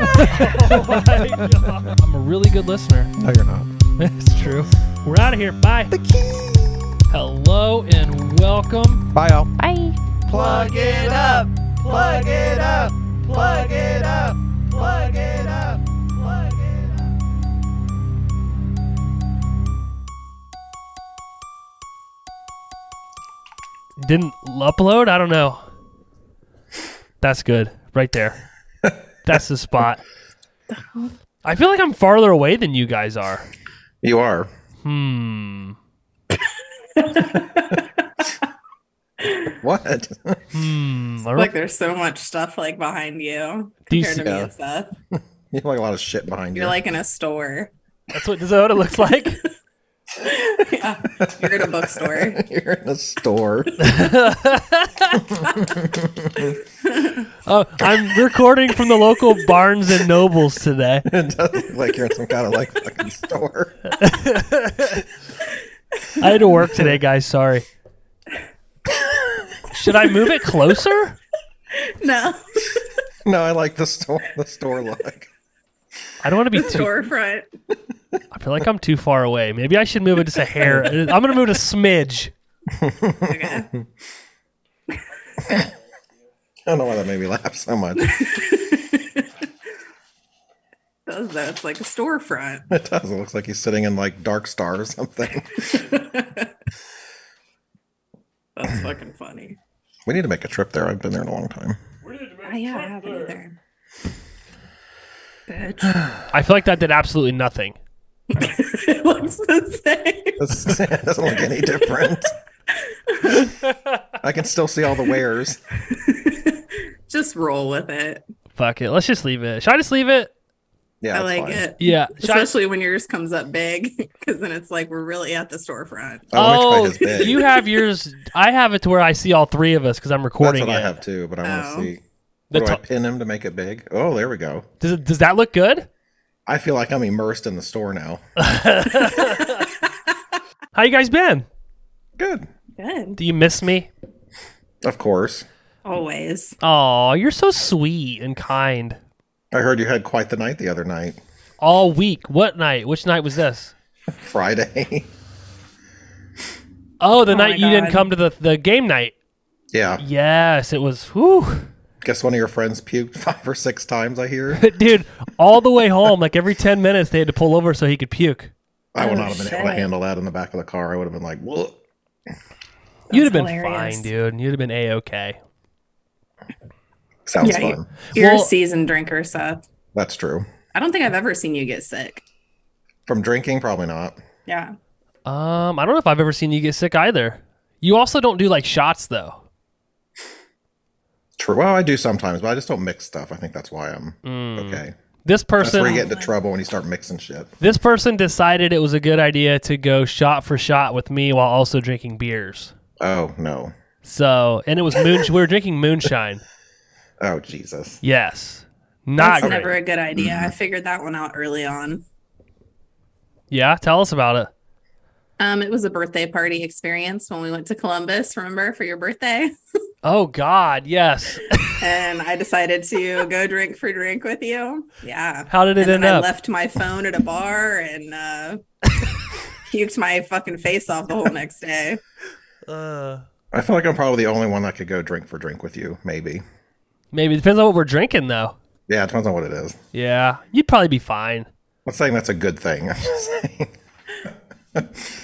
oh my God. I'm a really good listener. No, you're not. That's true. We're out of here. Bye. Hello and welcome. Bye, y'all. Bye. Plug it up. Plug it up. Plug it up. Plug it up. Plug it up. Didn't upload? I don't know. That's good. Right there. That's the spot. I feel like I'm farther away than you guys are. You are. Hmm. What? Hmm. I Like don't- there's so much stuff like behind you Do you compared to see- me and stuff. you have like a lot of shit behind you. You're like in a store. That's what, is that what it looks like? yeah, you're in a bookstore. You're in a store. Oh, I'm recording from the local Barnes and Nobles today. it does look like you're in some kind of like fucking store. I had to work today, guys. Sorry. Should I move it closer? No, No, I like the store. The store look. I don't want to be too. storefront. I feel like I'm too far away. Maybe I should move it just a hair. I'm gonna move it a smidge. Okay. I don't know why that made me laugh so much. Does that? It's like a storefront. It does. It looks like he's sitting in like Dark Star or something. That's fucking funny. We need to make a trip there. I've been there in a long time. Oh, yeah, I haven't either. Bitch. I feel like that did absolutely nothing. it looks the same. It's, it doesn't look any different. I can still see all the wares. Just roll with it. Fuck it. Let's just leave it. Should I just leave it? Yeah, I it's like fine. it. Yeah. Should I- Especially when yours comes up big, because then it's like we're really at the storefront. Oh, Oh, which way is big? you have yours. I have it to where I see all three of us because I'm That's recording what I it. have too, but I want to Oh. see. The What do I top- pin him to make it big? Oh, there we go. Does it, does that look good? I feel like I'm immersed in the store now. How you guys been? Good. Good. Do you miss me? Of course. Always. Oh, you're so sweet and kind. I heard you had quite the night the other night, All week. What night? Which night was this? Friday. Oh, the night my you didn't God. come to the, the game night. yeah. Yes, it was. Whew. Guess one of your friends puked five or six times, I hear. Dude, all the way home, like every 10 minutes, they had to pull over so he could puke. I would Oh, not have been able to shit. handle that in the back of the car. I would have been like, Whoa. You'd have been hilarious. fine, dude. You'd have been A OK. Sounds Yeah, you- fun. You're Well- a seasoned drinker, Seth. That's true. I don't think I've ever seen you get sick. From drinking, probably not. Yeah. Um, I don't know if I've ever seen you get sick either. You also don't do like shots, though. True. Well, I do sometimes, but I just don't mix stuff. I think that's why I'm okay. This That's where you person, get into trouble when you start mixing shit. this person decided it was a good idea to go shot for shot with me while also drinking beers. Oh, no. So, and it was moon. we were drinking moonshine. Oh, Jesus. Yes, not That's great. never a good idea. I figured that one out early on. yeah, tell us about it. Um, it was a birthday party experience when we went to Columbus, remember, for your birthday. Oh God, yes. And I decided to go drink for drink with you. Yeah. How did it and end then I up? left my phone at a bar and uh, puked my fucking face off the whole next day. I feel like I'm probably the only one that could go drink for drink with you, maybe. Maybe it depends on what we're drinking, though. Yeah, it depends on what it is. Yeah, you'd probably be fine. I'm not saying that's a good thing. I'm just saying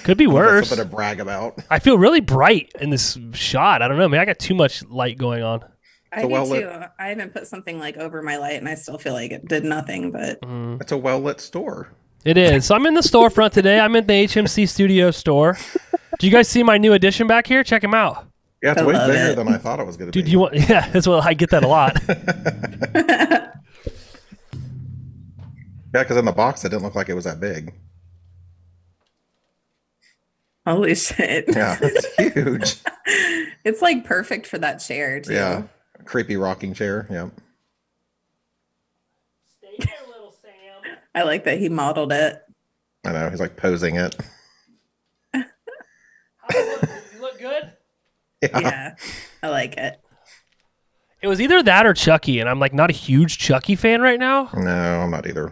Could be that's worse. something to brag about. I feel really bright in this shot. I don't know. Maybe I got too much light going on. I So do well, too. let- I even put something like over my light and I still feel like it did nothing, but Mm-hmm. It's a well lit store. It is. So I'm in the storefront today. I'm in the HMC Studio store. Do you guys see my new addition back here? Check him out. Yeah, it's I way love bigger it. than I thought it was going to be. Dude, you want? Yeah, that's what I get that a lot. Yeah, Yeah, because in the box it didn't look like it was that big. Holy shit. Yeah, it's huge. It's like perfect for that chair, too. yeah, creepy rocking chair. Yeah, I like that he modeled it. I know. He's like posing it. You look good. Yeah. Yeah. I like it. It was either that or Chucky, and I'm like not a huge Chucky fan right now. No, I'm not either.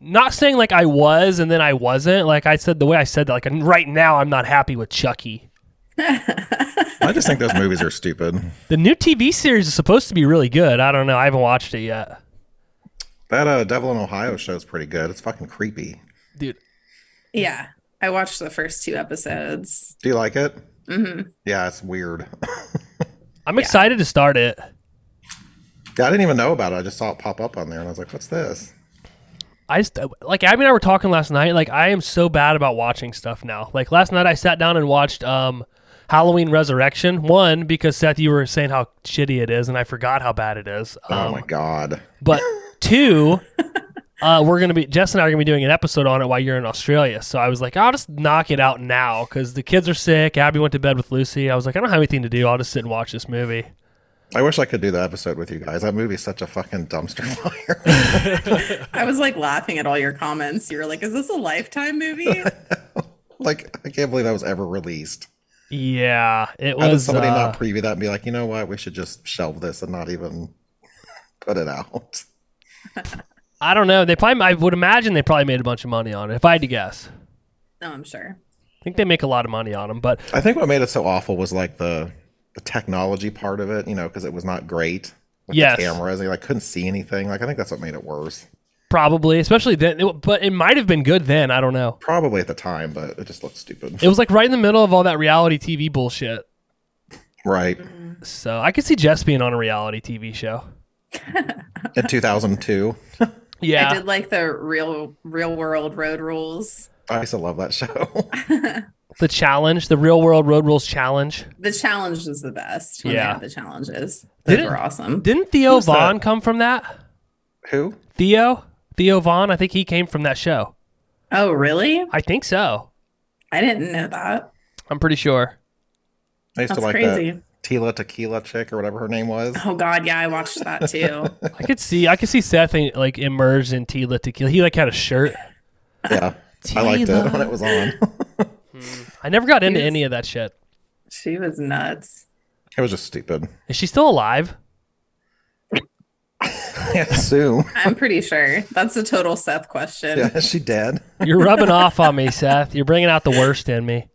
Not saying like I was and then I wasn't. Like I said, the way I said that, like right now I'm not happy with Chucky. I just think those movies are stupid. The new TV series is supposed to be really good. I don't know. I haven't watched it yet, That uh, Devil in Ohio show is pretty good. It's fucking creepy. dude. Yeah. I watched the first two episodes. Do you like it? Mm-hmm. Yeah, it's weird. I'm excited to start it. yeah, I didn't even know about it. I just saw it pop up on there, and I was like, "What's this?" I just, like Abby and I were talking last night. Like I am so bad about watching stuff now. Like last night I sat down and watched um Halloween Resurrection one because Seth, you were saying how shitty it is, and I forgot how bad it is. Um, oh my god. But two, uh, we're gonna be Jess and I are gonna be doing an episode on it while you're in Australia. So I was like, I'll just knock it out now because the kids are sick. Abby went to bed with Lucy. I was like, I don't have anything to do. I'll just sit and watch this movie. I wish I could do that episode with you guys. That movie's such a fucking dumpster fire. I was like laughing at all your comments. You were like, is this a lifetime movie? like, I can't believe that was ever released. Yeah, it How did was. somebody uh, not preview that and be like, you know what? We should just shelve this and not even put it out. I don't know. They probably. I would imagine they probably made a bunch of money on it. If I had to guess, no, I'm sure. I think they make a lot of money on them. But I think what made it so awful was like the the technology part of it, you know, because it was not great. With Yes. the cameras, and I couldn't see anything. Like, I think that's what made it worse. probably, especially then. It, but it might have been good then. I don't know. Probably at the time, but it just looked stupid. It was like right in the middle of all that reality TV bullshit. right So I could see Jess being on a reality TV show. in 2002. Yeah, I did like the real real world road rules. I used to love that show. the challenge, the real world road rules challenge. The challenge was the best. When Yeah. They had the challenges. Those Didn't- were awesome. Didn't Theo Who's Vaughn that? come from that? Who? Theo? Theo Vaughn, I think he came from that show. oh, really? I think so. I didn't know that. I'm pretty sure. I used to That's like crazy. that Tila Tequila chick or whatever her name was. Oh God, yeah, I watched that too. I could see I could see Seth in, like immersed in Tila Tequila. He like had a shirt. Yeah, I liked it when it was on. I never got into Yes. any of that shit. she was nuts. it was just stupid. Is she still alive? I assume. I'm pretty sure that's a total Seth question. Yeah, is she dead? You're rubbing off on me, Seth. You're bringing out the worst in me.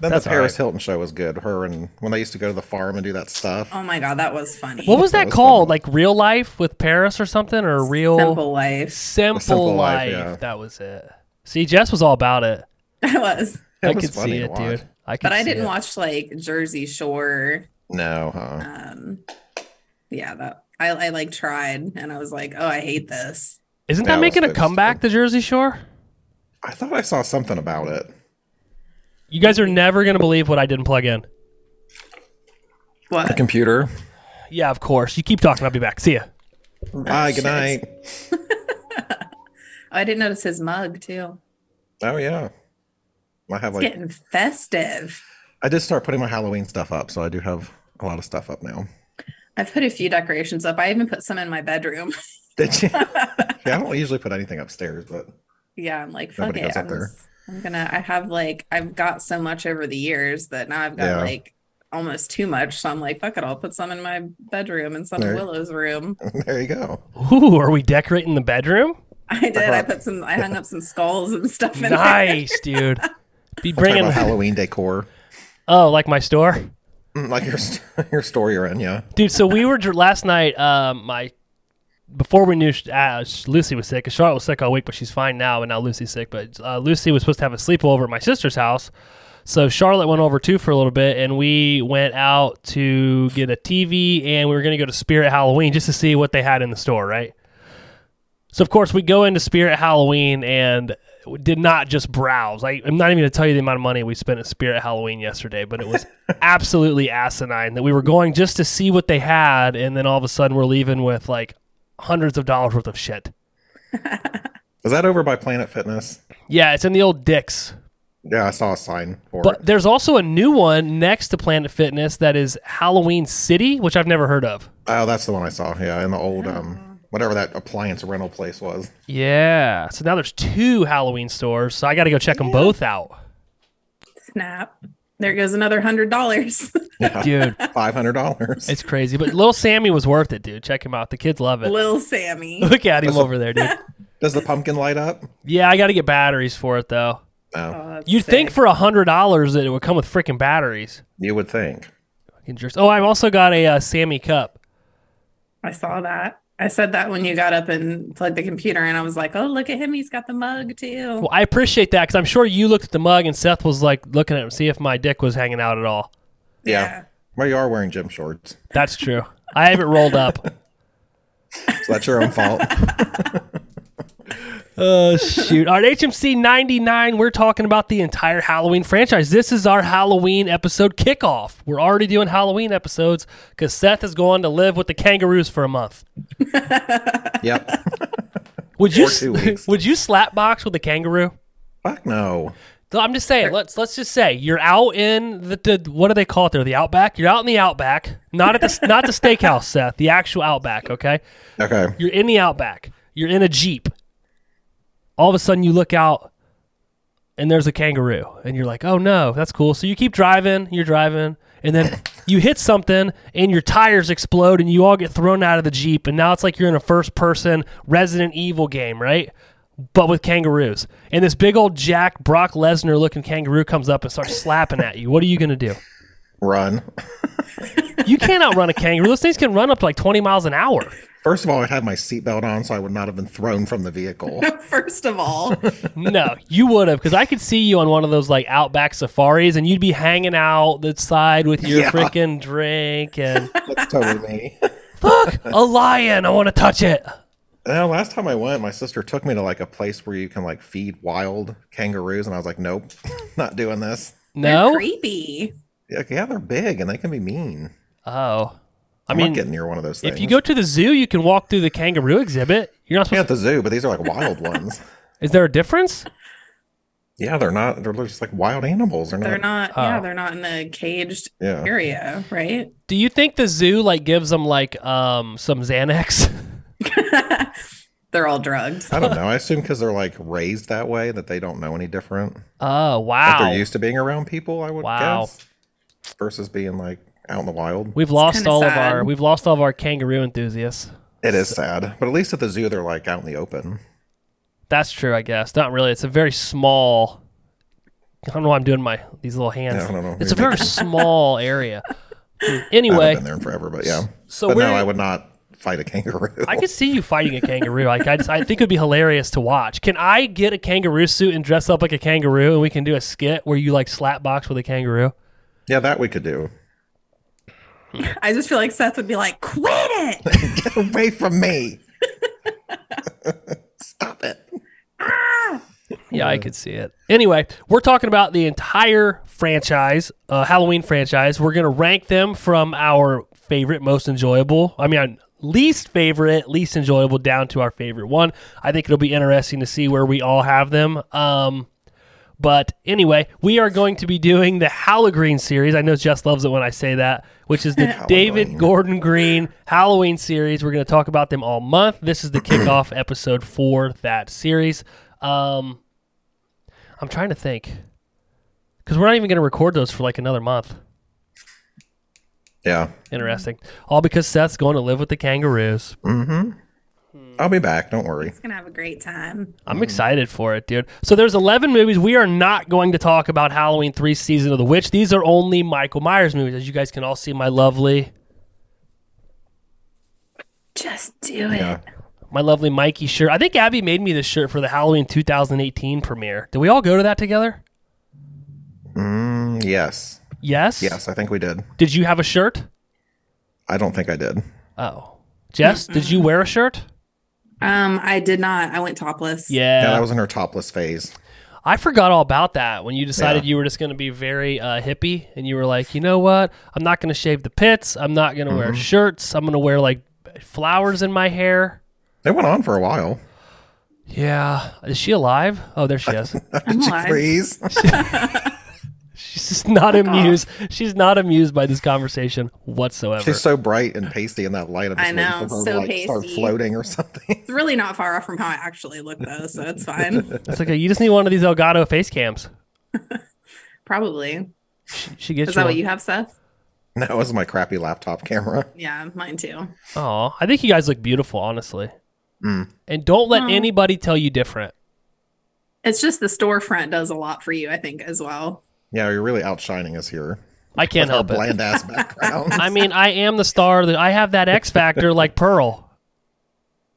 Then That's the Paris Hilton show was good. Her and when they used to go to the farm and do that stuff. Oh my God, that was funny. What was that, was fun. called? Like real life with Paris or something or real Simple life. Simple Simple life. Life, yeah. That was it. See, Jess was all about it. I was, It I was could funny see to it, watch. dude. I could but I see didn't it. watch like Jersey Shore. No, huh? Um, yeah, that I, I like tried, and I was like, oh, I hate this. Isn't Yeah, that it was making a good. comeback, the Jersey Shore? I thought I saw something about it. You guys are never gonna believe what I didn't plug in. What? Computer. Yeah, of course. You keep talking. I'll be back. See ya. Bye. Good night. Oh, I didn't notice his mug too. Oh yeah. I have It's like getting festive. I did start putting my Halloween stuff up, so I do have a lot of stuff up now. I've put a few decorations up. I even put some in my bedroom. Did you? yeah, I don't usually put anything upstairs, but yeah, I'm like, fuck Nobody it. goes up I'm, there. just- I'm gonna. I have like, I've got so much over the years that now I've got Yeah. like almost too much. So I'm like, fuck it. I'll put some in my bedroom and some in Right. Willow's room. there you go. Ooh, are we decorating the bedroom? I did. I put some. I hung up some skulls and stuff in there. Nice, dude. Be Talking bringing about Halloween decor, oh, like my store, Mm, like your your store you're in. Yeah, dude. So we were dr- last night. Um, my before we knew sh- uh, sh- Lucy was sick. 'cause Charlotte was sick all week, but she's fine now. And now Lucy's sick. But uh, Lucy was supposed to have a sleepover at my sister's house. So Charlotte went over too for a little bit, and we went out to get a TV, and we were going to go to Spirit Halloween just to see what they had in the store, right? So of course we go into Spirit Halloween and we did not just browse. I, I'm not even going to tell you the amount of money we spent at Spirit Halloween yesterday, but it was absolutely asinine that we were going just to see what they had, and then all of a sudden we're leaving with like hundreds of dollars worth of shit. Is that over by Planet Fitness? Yeah, it's in the old Dick's. Yeah, I saw a sign for But it. there's also a new one next to Planet Fitness that is Halloween City, which I've never heard of. Oh, that's the one I saw. Yeah, in the old um, whatever that appliance rental place was. Yeah. So now there's two Halloween stores, so I got to go check them both out. Snap. There goes another hundred dollars. Dude, Five hundred dollars. it's crazy, but little Sammy was worth it, dude. Check him out. The kids love it. Lil Sammy. Look at him over there, dude. Does the pumpkin light up? Yeah, I got to get batteries for it though. No, Oh, that's You'd think sick. for a hundred dollars that it would come with freaking batteries. you would think. Fucking jerks. Oh, I've also got a uh, Sammy cup. I saw that. I said that when you got up and plugged the computer, and I was like, "Oh, look at him! He's got the mug too." Well, I appreciate that because I'm sure you looked at the mug and Seth was like looking at him, see if my dick was hanging out at all. Yeah. Well, you are wearing gym shorts, That's true. I have it rolled up. so that's your own fault. Oh shoot! All right, HMC ninety nine. We're talking about the entire Halloween franchise. This is our Halloween episode kickoff. We're already doing Halloween episodes because Seth is going to live with the kangaroos for a month. yep. Would you Or two weeks. would you slap box with a kangaroo? Fuck no. So I'm just saying. Let's let's just say you're out in the, the what do they call it there? The outback. You're out in the outback, not at the not the steakhouse, Seth. The actual outback. Okay. Okay. You're in the outback. You're in a jeep. All of a sudden, you look out, and there's a kangaroo, and you're like, "Oh no, that's cool." So you keep driving. You're driving, and then you hit something, and your tires explode, and you all get thrown out of the jeep, and now it's like you're in a first-person Resident Evil game, right? But with kangaroos, and this big old Jack Brock Lesnar looking kangaroo comes up and starts slapping at you. What are you gonna do? Run. You can't outrun a kangaroo. Those things can run up to like 20 miles an hour. First of all, I'd have my seatbelt on, so I would not have been thrown from the vehicle. First of all, No, you would have, because I could see you on one of those like outback safaris, and you'd be hanging out the side with your Yeah. freaking drink and That's totally me. a lion. I want to touch it. Now, last time I went, my sister took me to like a place where you can like feed wild kangaroos, and I was like, nope, not doing this. No. creepy. Like, yeah, they're big and they can be mean. Oh, I I'm not mean, getting near one of those things. if you go to the zoo, you can walk through the kangaroo exhibit. You're not yeah, supposed. at the zoo, but these are like wild ones. to, is there a difference? Yeah, they're not. They're just like wild animals. They're not. They're not. Yeah, Oh. they're not in a caged Yeah. area, right? Do you think the zoo like gives them like um some Xanax? they're all drugged. I don't know. I assume because they're like raised that way that they don't know any different. Oh Like wow, they're used to being around people. I would Wow. guess versus being like out in the wild. we've lost kinda all of sad. our we've lost all of our kangaroo enthusiasts. It is sad, but at least at the zoo they're like out in the open. That's true, I guess. Not really. It's a very small. I don't know why I'm doing my these little hands. Yeah, I don't know. It's a Maybe- very small area. I Anyway, haven't been there in forever, but yeah. so but we're. no, I would not fight a kangaroo. I could see you fighting a kangaroo. Like I, just, I think it would be hilarious to watch. Can I get a kangaroo suit and dress up like a kangaroo, and we can do a skit where you like slap box with a kangaroo? yeah, that we could do. I just feel like Seth would be like, "Quit it! Get away from me! Stop it! Yeah, I could see it. Anyway, we're talking about the entire franchise, uh, Halloween franchise. We're gonna rank them from our favorite, most enjoyable. I mean, our least favorite, least enjoyable, down to our favorite one. I think it'll be interesting to see where we all have them. Um, but anyway, we are going to be doing the Halloween series. I know Jess loves it when I say that, which is the David Gordon Green Halloween series. We're going to talk about them all month. This is the kickoff episode for that series. Um, I'm trying to think because we're not even going to record those for like another month. Yeah, Interesting. All because Seth's going to live with the kangaroos. I'll be back. Don't worry. He's gonna have a great time." I'm Mm-hmm. excited for it, dude. So there's 11 movies. We are not going to talk about Halloween 3 Season of the Witch. These are only Michael Myers movies. As you guys can all see, my lovely Just do it. Yeah, my lovely Mikey shirt. I think Abby made me this shirt for the Halloween 2018 premiere. Did we all go to that together? Mm, yes, Yes. yes. I think we did. Did you have a shirt? I don't think I did. Oh. Jess, did you wear a shirt? Um, I did not. I went topless. Yeah, that was in her topless phase. I forgot all about that when you decided you were just going to be very uh, hippie and you were like, you know what? I'm not going to shave the pits. I'm not going to Mm-hmm. wear shirts. I'm going to wear like flowers in my hair. It went on for a while. Yeah. Is she alive? Oh, there she is. I'm Did you alive. freeze? She's just not amused. She's not amused by this conversation whatsoever. She's so bright and pasty in that light. I'm I just waiting know, for her so to like, start pasty. floating or something. It's really not far off from how I actually look though, so it's fine. it's like you just need one of these Elgato face cams. Probably. She, she gets Is that you. what you have, Seth? that was my crappy laptop camera. Yeah, mine too. Oh, I think you guys look beautiful, honestly. Mm. And don't let Aw. anybody tell you different. It's just the storefront does a lot for you, I think, as well. Yeah, you're really outshining us here. I can't Our help it. bland ass background. I mean, I am the star. That I have that X factor like Pearl.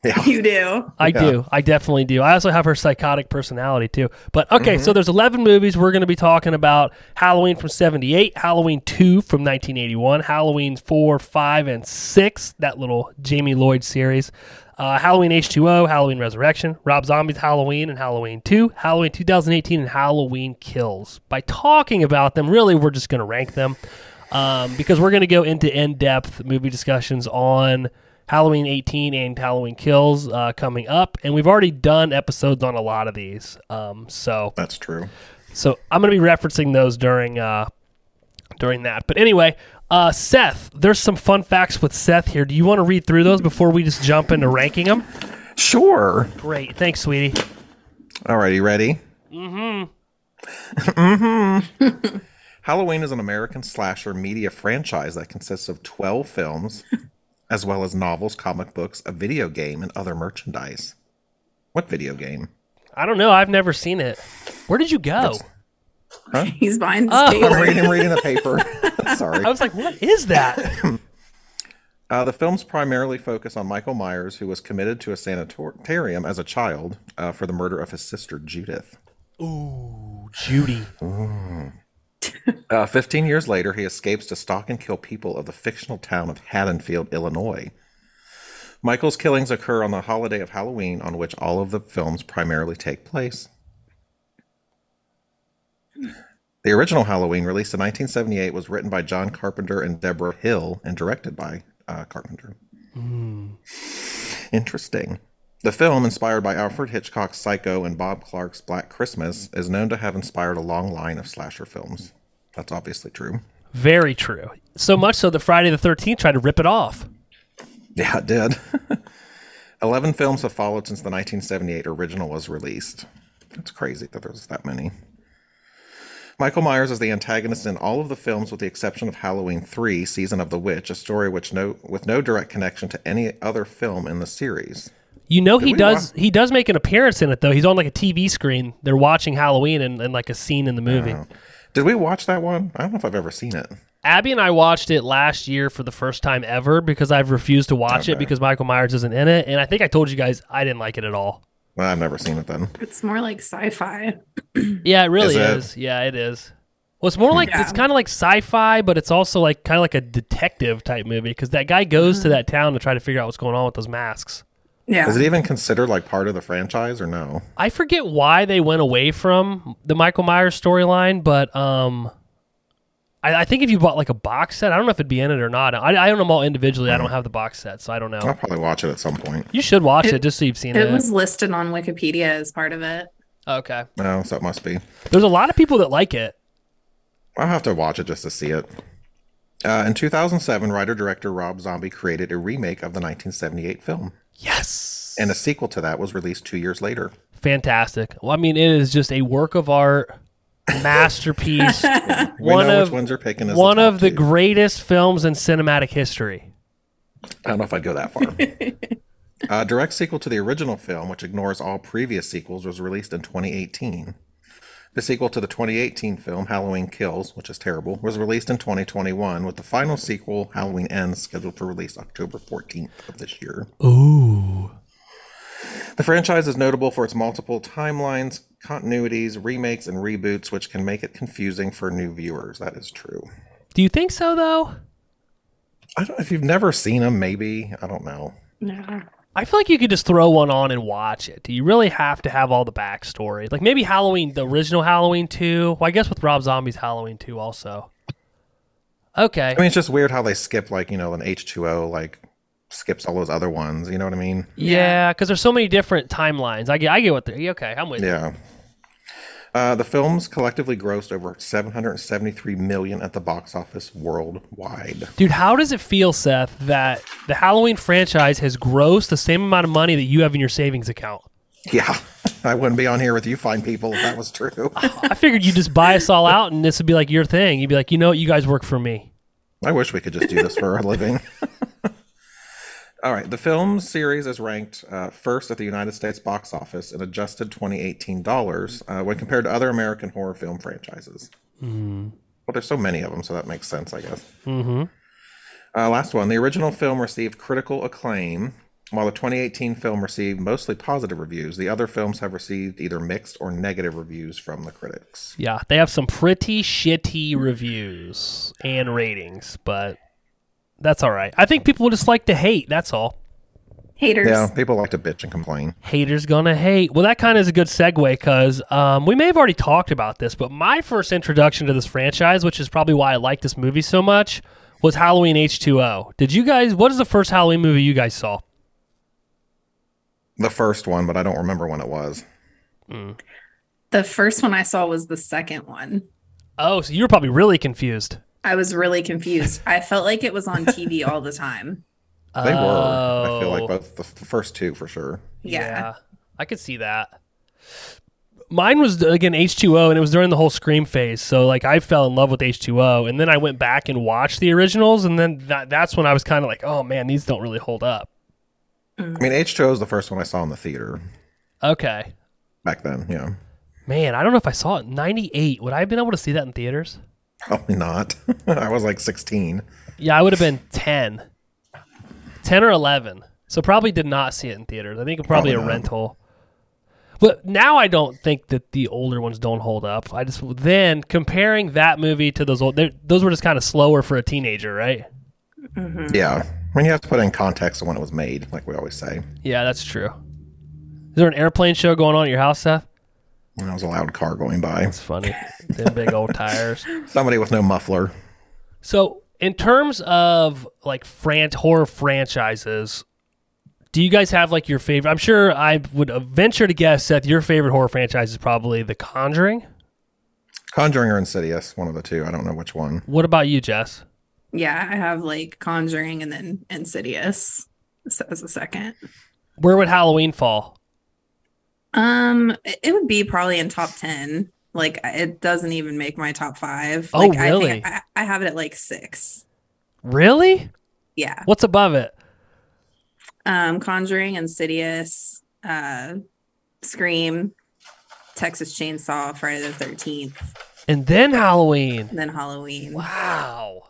yeah. You do. I Yeah. do. I definitely do. I also have her psychotic personality too. But okay, so there's 11 movies we're going to be talking about. Halloween from 78, Halloween 2 from 1981, Halloween 4, 5 and 6, that little Jamie Lloyd series. Uh, Halloween H2O, Halloween Resurrection, Rob Zombie's Halloween and Halloween 2, Halloween 2018 and Halloween Kills. By talking about them, really we're just going to rank them um, because we're going to go into in-depth movie discussions on Halloween 18 and Halloween Kills uh, coming up, and we've already done episodes on a lot of these. Um, so, That's true. so I'm going to be referencing those during uh, during that. But anyway, uh, Seth, there's some fun facts with Seth here. Do you want to read through those before we just jump into ranking them? Sure. Great, thanks, sweetie. All right, you ready? Mm-hmm. mm-hmm. Halloween is an American slasher media franchise that consists of 12 films, as well as novels, comic books, a video game, and other merchandise. What video game? I don't know. I've never seen it. Where did you go? He's buying his Oh. I'm paper. reading, I'm reading the paper. Sorry. I was like, what is that? Uh, the films primarily focus on Michael Myers, who was committed to a sanitarium as a child uh, for the murder of his sister Judith. Judy. Uh, 15 years later, he escapes to stalk and kill people of the fictional town of Haddonfield, Illinois. Michael's killings occur on the holiday of Halloween, on which all of the films primarily take place. The original Halloween, released in 1978, was written by John Carpenter and Deborah Hill and directed by uh, Carpenter. Interesting. The film, inspired by Alfred Hitchcock's Psycho and Bob Clark's Black Christmas, is known to have inspired a long line of slasher films. That's obviously true. Very true. So much so that Friday the 13th tried to rip it off. Yeah, it did. 11 films have followed since the 1978 original was released. That's crazy that there's that many. Michael Myers is the antagonist in all of the films with the exception of Halloween 3: Season of the Witch, a story which no with no direct connection to any other film in the series. You know he we does he does make an appearance in it though. He's on like a TV screen. They're watching Halloween and, and like a scene in the movie. Did we watch that one? I don't know if I've ever seen it. Abby and I watched it last year for the first time ever because I've refused to watch it because Michael Myers isn't in it. And I think I told you guys I didn't like it at all. Well, I've never seen it then. It's more like sci-fi. Yeah, it really Is it? is. Yeah, it is. Well, it's more like Yeah. it's kind of like sci-fi, but it's also like kind of like a detective type movie because that guy goes to that town to try to figure out what's going on with those masks. Yeah. Is it even considered like part of the franchise or no? I forget why they went away from the Michael Myers storyline, but um, I, I think if you bought like a box set, I don't know if it'd be in it or not. I, I own them all individually. I don't have the box set, so I don't I'll know. probably watch it at some point. You should watch it, just so you've seen it. It was listed on Wikipedia as part of it. okay. No, so it must be. There's a lot of people that like it. I'll have to watch it just to see it. Uh, in 2007, writer director Rob Zombie created a remake of the 1978 film, Yes. and a sequel to that was released two years later. Fantastic. Well, I mean, it is just a work of art, masterpiece. We One know of- which ones are picking. As one the top of the two. greatest films in cinematic history. I don't know if I'd go that far. A direct sequel to the original film, which ignores all previous sequels, was released in 2018. The sequel to the 2018 film, Halloween Kills, which is terrible, was released in 2021, with the final sequel, Halloween Ends, scheduled for release October 14th of this year. Ooh. The franchise is notable for its multiple timelines, continuities, remakes, and reboots, which can make it confusing for new viewers. That is true. Do you think so though? I don't if you've never seen them, maybe. I don't know. Yeah. I feel like you could just throw one on and watch it. Do you really have to have all the backstory? Like maybe Halloween, the original Halloween 2. Well, I guess with Rob Zombie's Halloween 2 also. Okay. I mean, it's just weird how they skip like you know an H two O like skips all those other ones. You know what I mean? Yeah, because there's so many different timelines. I get, I get what they're. yeah, Okay, I'm with you. Yeah. Uh, the films collectively grossed over 773 million at the box office worldwide. Dude, how does it feel, Seth, that the Halloween franchise has grossed the same amount of money that you have in your savings account? Yeah, I wouldn't be on here with you fine people if that was true. I figured you'd just buy us all out and this would be like your thing. You'd be like, you know what, you guys work for me. I wish we could just do this for a living. All right, the film series is ranked uh, first at the United States box office in adjusted 2018 dollars uh, when compared to other American horror film franchises. Well, there's so many of them, so that makes sense, I guess. Uh, last one. The original film received critical acclaim, while the 2018 film received mostly positive reviews. The other films have received either mixed or negative reviews from the critics. Yeah, they have some pretty shitty reviews and ratings, but that's all right. I think people just like to hate. That's all. Haters. Yeah, people like to bitch and complain. Haters gonna hate. Well, that kind of is a good segue because um, we may have already talked about this, but my first introduction to this franchise, which is probably why I like this movie so much, was Halloween H2O. Did you guys, what is the first Halloween movie you guys saw? The first one, but I don't remember when it was. The first one I saw was the second one. Oh, so you were probably really confused. I was really confused. I felt like it was on TV all the time. They were. I feel Oh. like both the, the first two for sure. Yeah. I could see that. Mine was again H2O and it was during the whole Scream phase. So like I fell in love with H2O and then I went back and watched the originals and then that, that's when I was kind of like, "Oh man, these don't really hold up." I mean, H2O is the first one I saw in the theater Okay. back then. Yeah, Man, I don't know if I saw it 98. Would I have been able to see that in theaters? probably not. I was like 16. Yeah, I would have been 10. 10 or 11. So probably did not see it in theaters. I think it probably, Probably a not. rental. But now I don't think that the older ones don't hold up. I just then comparing that movie to those old they're- those were just kind of slower for a teenager, right? Yeah, I mean, you have to put in context of when it was made, like we always say. Yeah, that's true. Is there an airplane show going on at your house, Seth? And That was a loud car going by. It's funny. Them big old tires. Somebody with no muffler. So, in terms of like fran- horror franchises, do you guys have like your favorite? I'm sure I would uh, venture to guess, Seth, your favorite horror franchise is probably The Conjuring. Conjuring or Insidious, one of the two. I don't know which one. What about you, Jess? Yeah, I have like Conjuring and then Insidious so as a second. Where would Halloween fall? Um, it it would be probably in top ten. Like I- it doesn't even make my top five. Oh, like I, really? think I, I have it at like six. Really? Yeah. What's above it? Um, Conjuring, Insidious, uh, Scream, Texas Chainsaw, Friday the Thirteenth, And then Halloween. and then Halloween. Wow.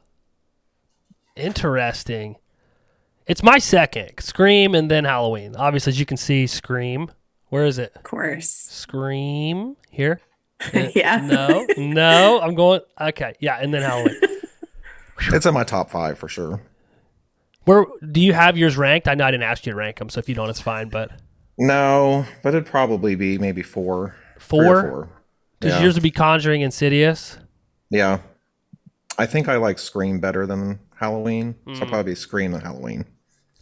Interesting. It's my second Scream and then Halloween. Obviously, as you can see, Scream. Where is it? Of course. Scream. Here. yeah. No, no, I'm going. Okay, yeah, and then Halloween. It's in my top five for sure. Where do you have yours ranked? I know I didn't ask you to rank them, so if you don't, it's fine. But No, but it'd probably be maybe four. Three four, or because four. Yeah. yours would be Conjuring, Insidious. Yeah. I think I like Scream better than Halloween. So probably Scream than Halloween.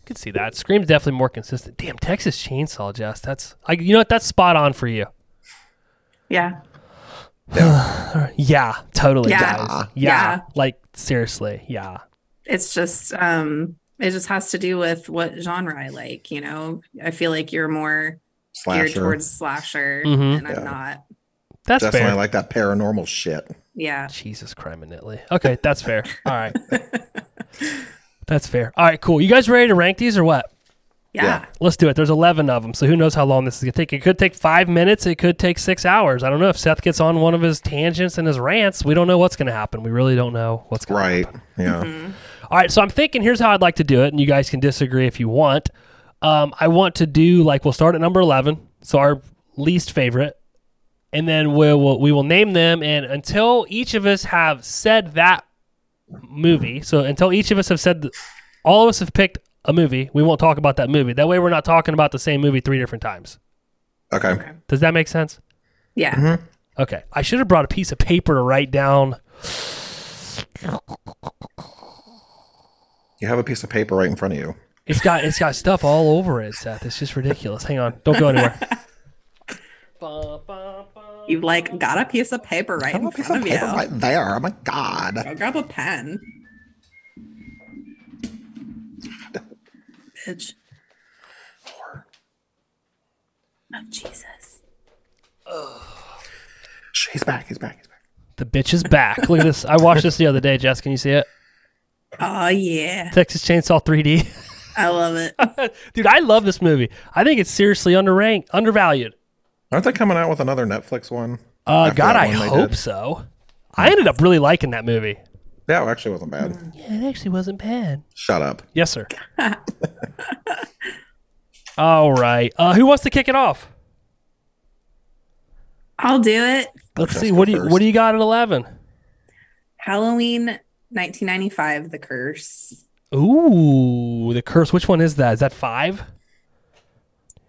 Could see that. Scream's definitely more consistent. Damn, Texas Chainsaw, Jess. That's I. You know what? That's spot on for you. Yeah. Yeah, totally. Yeah. guys. Yeah. Yeah. Like seriously. Yeah. It's just um it just has to do with what genre I like, you know. I feel like you're more geared Slasher. towards slasher Mhm. and I'm not. That's That's fair. when I like that paranormal shit. Yeah. Jesus Christ, Italy. Okay, that's fair. All right. that's fair. All right, cool. You guys ready to rank these or what? Yeah. Yeah. Let's do it. There's 11 of them, so who knows how long this is going to take. It could take five minutes. It could take six hours. I don't know. If Seth gets on one of his tangents and his rants, we don't know what's going to happen. We really don't know what's going to Right. happen. Yeah. All right, so I'm thinking here's how I'd like to do it, and you guys can disagree if you want. Um, I want to do, like, we'll start at number 11, so our least favorite, and then we'll, we'll, we will name them, and until each of us have said that movie. So until each of us have said, all of us have picked a movie, we won't talk about that movie. That way, we're not talking about the same movie three different times. Okay. Does that make sense? Yeah. Mm-hmm. Okay. I should have brought a piece of paper to write down. You have a piece of paper right in front of you. It's got it's got stuff all over it, Seth. It's just ridiculous. Hang on, don't go anywhere. You've like got a piece of paper right I have in a piece front of of paper you. right there. Oh my god. Go grab a pen. Bitch. Oh Jesus. Shh, He's back. He's back. He's back. The bitch is back. Look at this. I watched this the other day, Jess. Can you see it? Oh yeah. Texas Chainsaw 3D. I love it. Dude, I love this movie. I think it's seriously underranked, undervalued. Aren't they coming out with another Netflix one? Uh, After God, that I one they hope did? so. I ended up really liking that movie. Yeah, it actually wasn't bad. Yeah, it actually wasn't bad. Shut up. Yes, sir. All right. Uh, who wants to kick it off? I'll do it. Let's Let's see. go What do you first. What do you got at eleven? Halloween 1995 The Curse. Ooh, the curse. Which one is that? Is that five?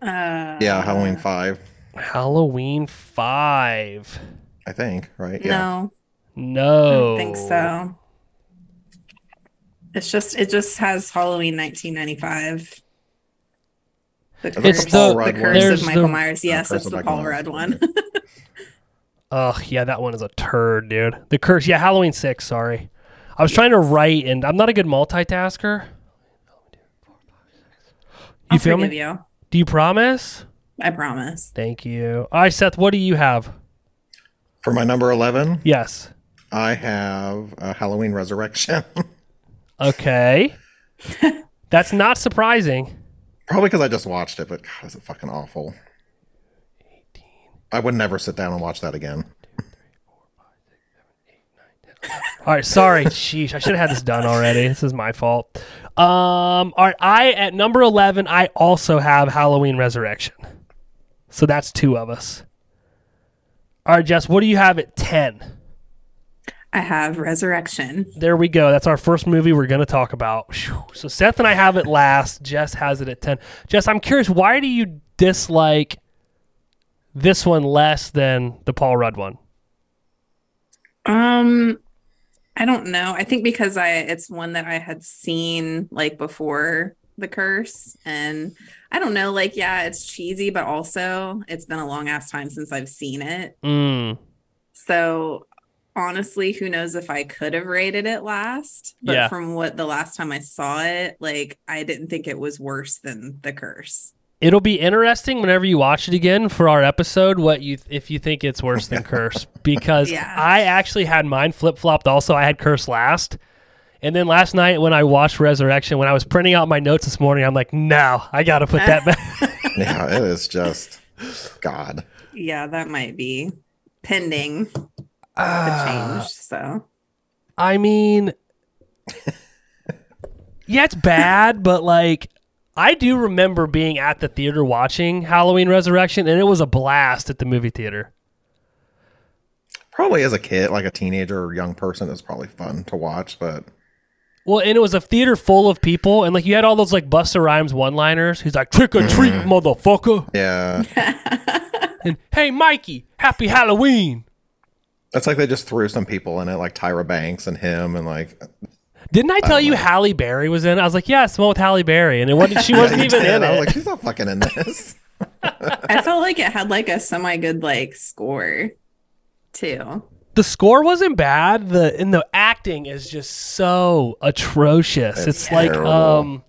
Uh Yeah, Halloween five, Halloween five. I think. Right? Yeah. no, I No, don't think so. It's just it just has Halloween 1995. The the curse, Paul the Rudd one. curse There's of the- Michael Myers. Yes, Curse it's of the Michael Paul Myers. Rudd one. Ugh, yeah, that one is a turd, dude. The curse. Yeah, Halloween six. Sorry, I was trying to write, and I'm not a good multitasker. I'll You feel forgive me? you. Do you promise? I promise. Thank you. All right, Seth. What do you have? For my number eleven, Yes. I have uh, Halloween Resurrection. Okay. That's not surprising. Probably because I just watched it, but God, is it fucking awful? I would never sit down and watch that again. All right, sorry. Sheesh, I should have had this done already. This is my fault. Um, all right, I at number eleven, I also have Halloween Resurrection. So that's two of us. All right, Jess, what do you have at ten? I have Resurrection. There we go. That's our first movie we're going to talk about. Phew. So Seth and I have it last. Jess has it at 10. Jess, I'm curious, why do you dislike this one less than the Paul Rudd one? Um, I don't know. I think because I it's one that I had seen like before the curse, and I don't know. Like, yeah, it's cheesy, but also it's been a long ass time since I've seen it. Mm. So honestly, who knows if I could have rated it last? But Yeah. from what the last time I saw it, like I didn't think it was worse than the curse. It'll be interesting whenever you watch it again for our episode what you if you think it's worse than Curse because Yeah. I actually had mine flip-flopped also. I had Curse last. And then last night when I watched Resurrection, when I was printing out my notes this morning, I'm like, "No, I got to put that back." yeah, it is just God. Yeah, that might be pending the change. So I mean, yeah, it's bad, but like, I do remember being at the theater watching Halloween Resurrection, and it was a blast at the movie theater. Probably as a kid, like a teenager or young person, it's probably fun to watch, but Well, and it was a theater full of people, and like you had all those like Busta Rhymes one-liners. He's like, "Trick Mm-hmm. or treat, motherfucker!" yeah. and "Hey, Mikey, happy Halloween." It's like they just threw some people in it, like Tyra Banks and him, and like Didn't I tell you Uh-huh. Halle Berry was in? it? I was like, "Yeah, it's the one with Halle Berry," and it wasn't. She wasn't even in I was it. like, she's not fucking in this. I felt like it had like a semi good like score too. the score wasn't bad. The and the acting is just so atrocious. It's, like terrible. um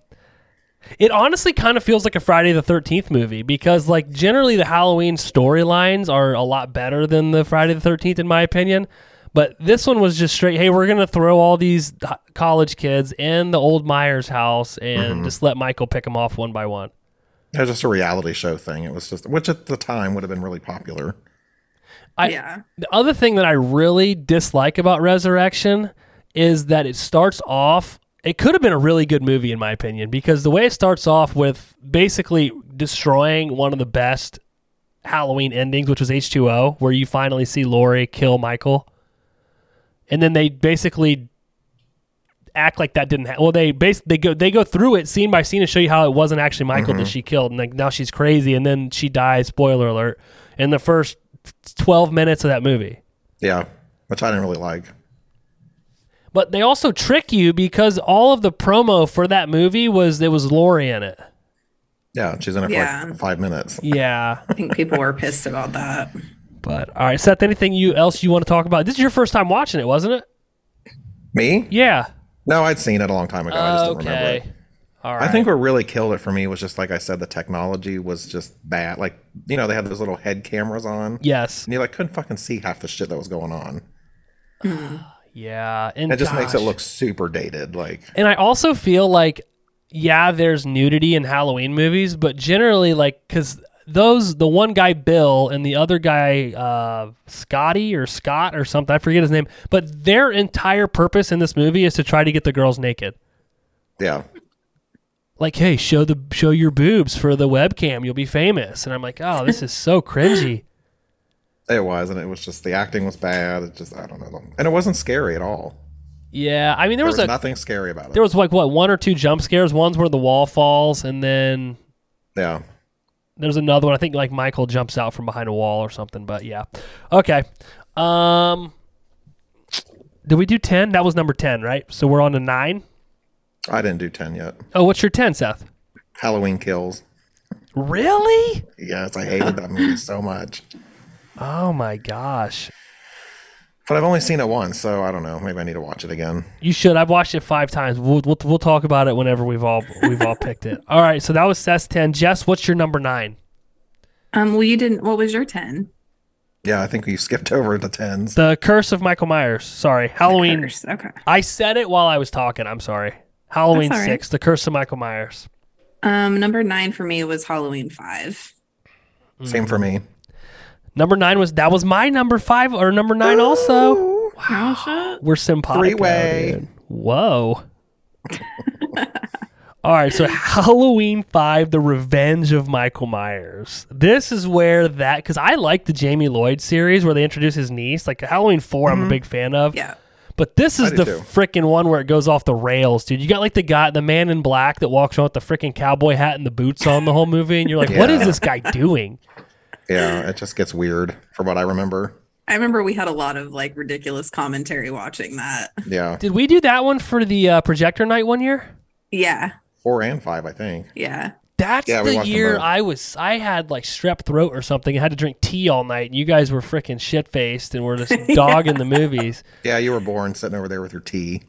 it honestly kind of feels like a Friday the 13th movie because like generally the Halloween storylines are a lot better than the Friday the 13th in my opinion. But this one was just straight, hey, we're going to throw all these h- college kids in the old Myers house and just let Michael pick them off one by one. It was just a reality show thing. It was just, which at the time would have been really popular. I- yeah. The other thing that I really dislike about Resurrection is that it starts off. It could have been a really good movie, in my opinion, because the way it starts off with basically destroying one of the best Halloween endings, which was H2O, where you finally see Lori kill Michael. And then they basically act like that didn't happen. Well, they bas- they go they go through it scene by scene to show you how it wasn't actually Michael that she killed, and like now she's crazy, and then she dies. Spoiler alert! In the first twelve minutes of that movie, Yeah, which I didn't really like. But they also trick you because all of the promo for that movie was there was Lori in it. Yeah, she's in it for Yeah. like five minutes. Yeah. I think people were pissed about that. But all right, Seth, anything you else you want to talk about? This is your first time watching it, wasn't it? Me? Yeah. No, I'd seen it a long time ago. I just don't remember it. okay. All right. I think what really killed it for me was just like I said, the technology was just bad. Like you know, they had those little head cameras on, yes. and you like couldn't fucking see half the shit that was going on. Yeah. And It just makes it gosh. look super dated. Like And I also feel like, yeah, there's nudity in Halloween movies, but generally, like, because those, the one guy, Bill, and the other guy, uh, Scotty or Scott or something, I forget his name, but their entire purpose in this movie is to try to get the girls naked. yeah, Like, hey, show the show your boobs for the webcam, you'll be famous. And I'm like, oh, this is so cringy. it was, and it was just the acting was bad. It just I don't know, and it wasn't scary at all. Yeah, I mean, there There was, was, a nothing scary about it. there was like what one or two jump scares. One's where the wall falls, and then yeah, there's another one. I think like Michael jumps out from behind a wall or something. But yeah, okay. Um, did we do ten? That was number ten, right? So we're on to nine. I didn't do ten yet. Oh, what's your ten, Seth? Halloween Kills. Really? Yes, I hated that movie so much. Oh my gosh! But I've only seen it once, so I don't know. Maybe I need to watch it again. You should. I've watched it five times. We'll we'll, we'll talk about it whenever we've all we've all picked it. All right. So that was Seth's ten. Jess, what's your number nine? Um, well, you didn't. What was your ten? Yeah, I think we skipped over the tens. The Curse of Michael Myers. Sorry, Halloween. Curse. Okay. I said it while I was talking. I'm sorry. Halloween all right. six. The Curse of Michael Myers. Um, number nine for me was Halloween five. Mm-hmm. Same for me. Number nine was that was my number five or number nine also. Wow. We're simpatico. Three-way. dude. Whoa. All right, so Halloween Five: The Revenge of Michael Myers. This is where that because I like the Jamie Lloyd series where they introduce his niece. Like Halloween 4 i I'm a big fan of. Yeah. But this is Mm-hmm. do the too. freaking one where it goes off the rails, dude. You got like the guy, the man in black that walks around with the freaking cowboy hat and the boots on the whole movie, and you're like, what is Yeah. this guy doing? Yeah, it just gets weird from what I remember. I remember we had a lot of like ridiculous commentary watching that. Yeah, Did we do that one for the uh, projector night one year? Yeah. four and five, I think. Yeah. That's Yeah, we the watched them year both. I was. I had like strep throat or something. I had to drink tea all night, and you guys were freaking shit faced, and were just dogging the movies. Yeah, you were born sitting over there with your tea.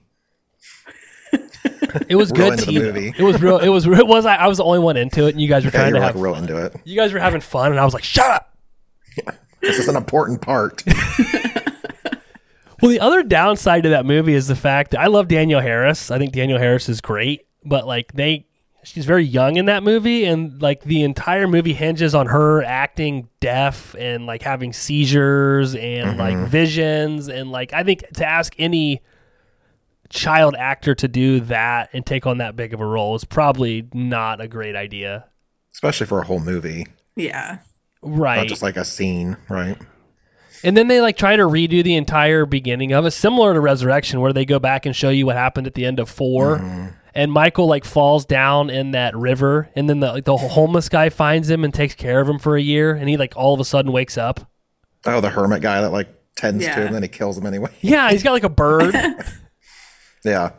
It was Real good into the tea. though. movie. It was real. It was. real- It was. I, I was the only one into it, and you guys were Yeah, trying you were to like have. real into it. you guys were having fun, and I was like, "Shut up." This is an important part. Well, the other downside to that movie is the fact that I love Danielle Harris. I think Danielle Harris is great, but like they, she's very young in that movie, and like the entire movie hinges on her acting deaf and like having seizures and Mm-hmm. like visions and like I think to ask any child actor to do that and take on that big of a role is probably not a great idea. Especially for a whole movie. Yeah. Right. Not just like a scene, right? And then they like try to redo the entire beginning of it, similar to Resurrection, where they go back and show you what happened at the end of 4 And Michael like falls down in that river, and then the the homeless guy finds him and takes care of him for a year, and he like all of a sudden wakes up. Oh, the hermit guy that like tends to Yeah. him and then he kills him anyway. Yeah, he's got like a bird. Yeah, I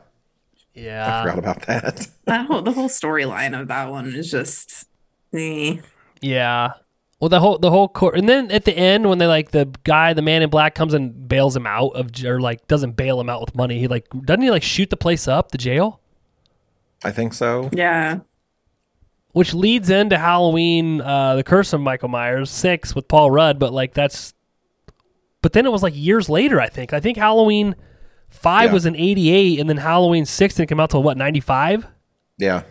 yeah, forgot about that. That whole the whole storyline of that one is just eh. yeah. Well, the whole the whole court, and then at the end when they like the guy, the man in black comes and bails him out of j- or like doesn't bail him out with money. He like doesn't he like shoot the place up, the jail. I think so. Yeah. which leads into Halloween, uh, the Curse of Michael Myers six with Paul Rudd. But like that's, but then it was like years later. I think I think Halloween five Yeah. was in eighty eight, and then Halloween six didn't come out till what ninety five. Yeah.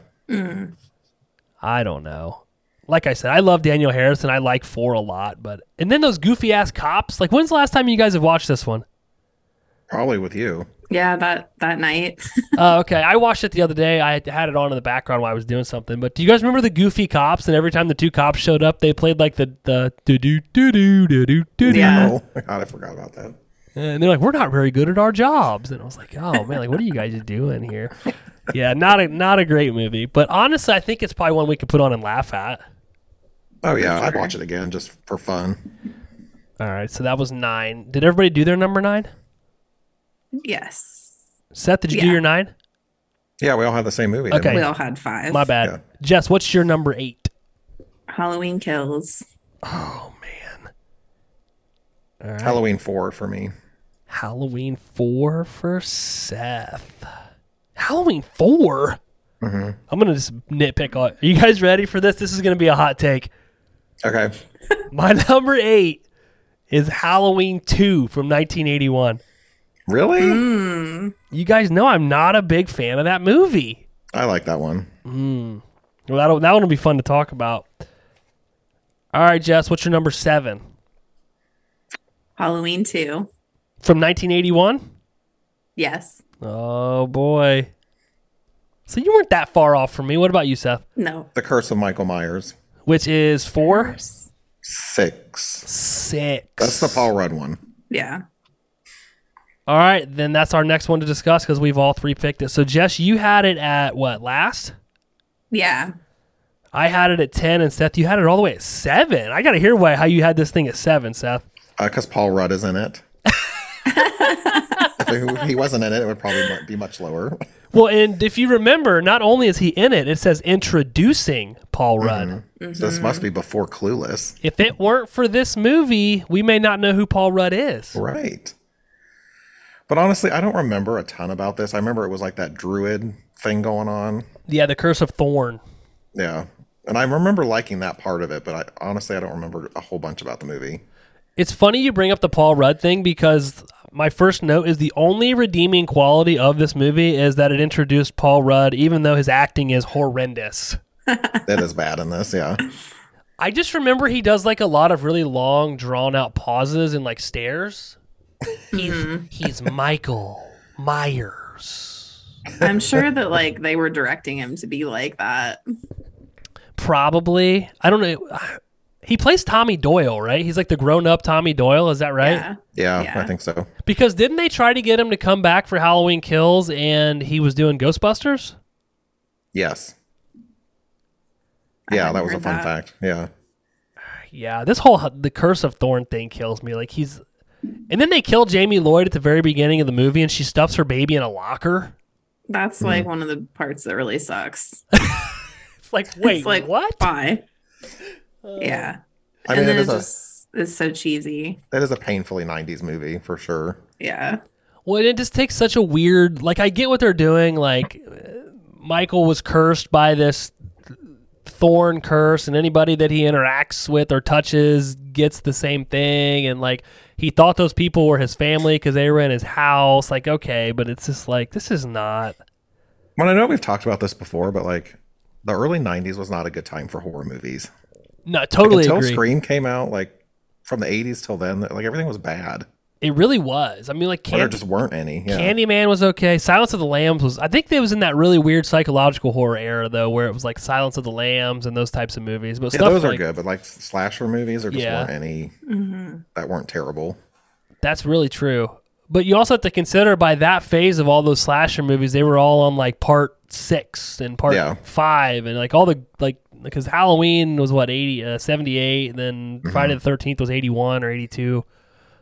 I don't know. Like I said, I love Daniel Harris and I like four a lot, but and then those goofy ass cops. Like, when's the last time you guys have watched this one? Probably with you. Yeah, that that night. Oh, okay. I watched it the other day. I had- had it on in the background while I was doing something. But do you guys remember the goofy cops? And every time the two cops showed up, they played like the the do do do do do do do. Yeah. Oh, God, I forgot about that. And they're like, we're not very good at our jobs. And I was like, oh man, like what are you guys doing here? Yeah, not a not a great movie. But honestly, I think it's probably one we could put on and laugh at. Oh, yeah, I'd watch it again just for fun. All right, so that was nine. Did everybody do their number nine? yes. Seth, did you do Yeah. your nine? Yeah, we all had the same movie. didn't Okay. We we? all had five. My bad. Yeah. Jess, what's your number eight? Halloween kills. Oh man. All right. Halloween four for me. Halloween four for Seth. Halloween 4 Mm-hmm. i I'm gonna just nitpick. All, are you guys ready for this? This is gonna be a hot take. Okay. My number eight is Halloween two from 1981. Really? Mm. You guys know I'm not a big fan of that movie. I like that one. Well, that'll, that one will be fun to talk about. All right, Jess, what's your number seven Halloween two. from 1981? Yes. Oh boy. So you weren't that far off from me. What about you, Seth? No. The Curse of Michael Myers. Which is four, Six. six. That's the Paul Rudd one. Yeah. All right, then that's our next one to discuss because we've all three picked it. So Jess, you had it at what last? Yeah. I had it at ten, and Seth, you had it all the way at seven. I got to hear why how you had this thing at seven, Seth. Because Uh, Paul Rudd is in it. if he wasn't in it, it would probably mu- be much lower. Well, and if you remember, not only is he in it, it says introducing Paul Rudd. Mm-hmm. This must be before Clueless. If it weren't for this movie, we may not know who Paul Rudd is. Right. But honestly, I don't remember a ton about this. I remember it was like that druid thing going on. Yeah, The Curse of Thorn. Yeah. And I remember liking that part of it, but I honestly I don't remember a whole bunch about the movie. It's funny you bring up the Paul Rudd thing because my first note is the only redeeming quality of this movie is that it introduced Paul Rudd, even though his acting is horrendous. That is bad in this, yeah. I just remember he does like a lot of really long, drawn out pauses and like stares. He's, he's Michael Myers. I'm sure that like they were directing him to be like that. Probably. I don't know. He plays Tommy Doyle, right? He's like the grown up Tommy Doyle. Is that right? Yeah. Yeah, I Yeah. think so. Because didn't they try to get him to come back for Halloween Kills and he was doing Ghostbusters? Yes. I Yeah, hadn't that was a heard fun that. fact. Yeah. Yeah, this whole h- the Curse of Thorn thing kills me. Like he's and then they kill Jamie Lloyd at the very beginning of the movie and she stuffs her baby in a locker. That's like Hmm. one of the parts that really sucks. It's like, wait, it's like what? Uh, Why? yeah. I mean, and then it it is a just is so cheesy. that is a painfully '90s movie for sure. Yeah. Well, it just takes such a weird. Like, I get what they're doing. Like, uh, Michael was cursed by this thorn curse, and anybody that he interacts with or touches gets the same thing. And like, he thought those people were his family because they were in his house. Like, okay, but it's just like this is not. Well, I know we've talked about this before, but like the early '90s was not a good time for horror movies. No, I totally Until agree. Scream came out, like from the '80s till then, like everything was bad. It really was. I mean, like, Or there Candy, just weren't any. Yeah. Candyman was okay. Silence of the Lambs was. I think it was in that really weird psychological horror era though, where it was like Silence of the Lambs and those types of movies. But Yeah, stuff those like, are good, but like slasher movies, there just Yeah. weren't any Mm-hmm. that weren't terrible. That's really true. But you also have to consider by that phase of all those slasher movies, they were all on like part six and part Yeah. five and like all the like because Halloween was what 80, uh, 78, and then Friday the Thirteenth was eighty one or eighty two.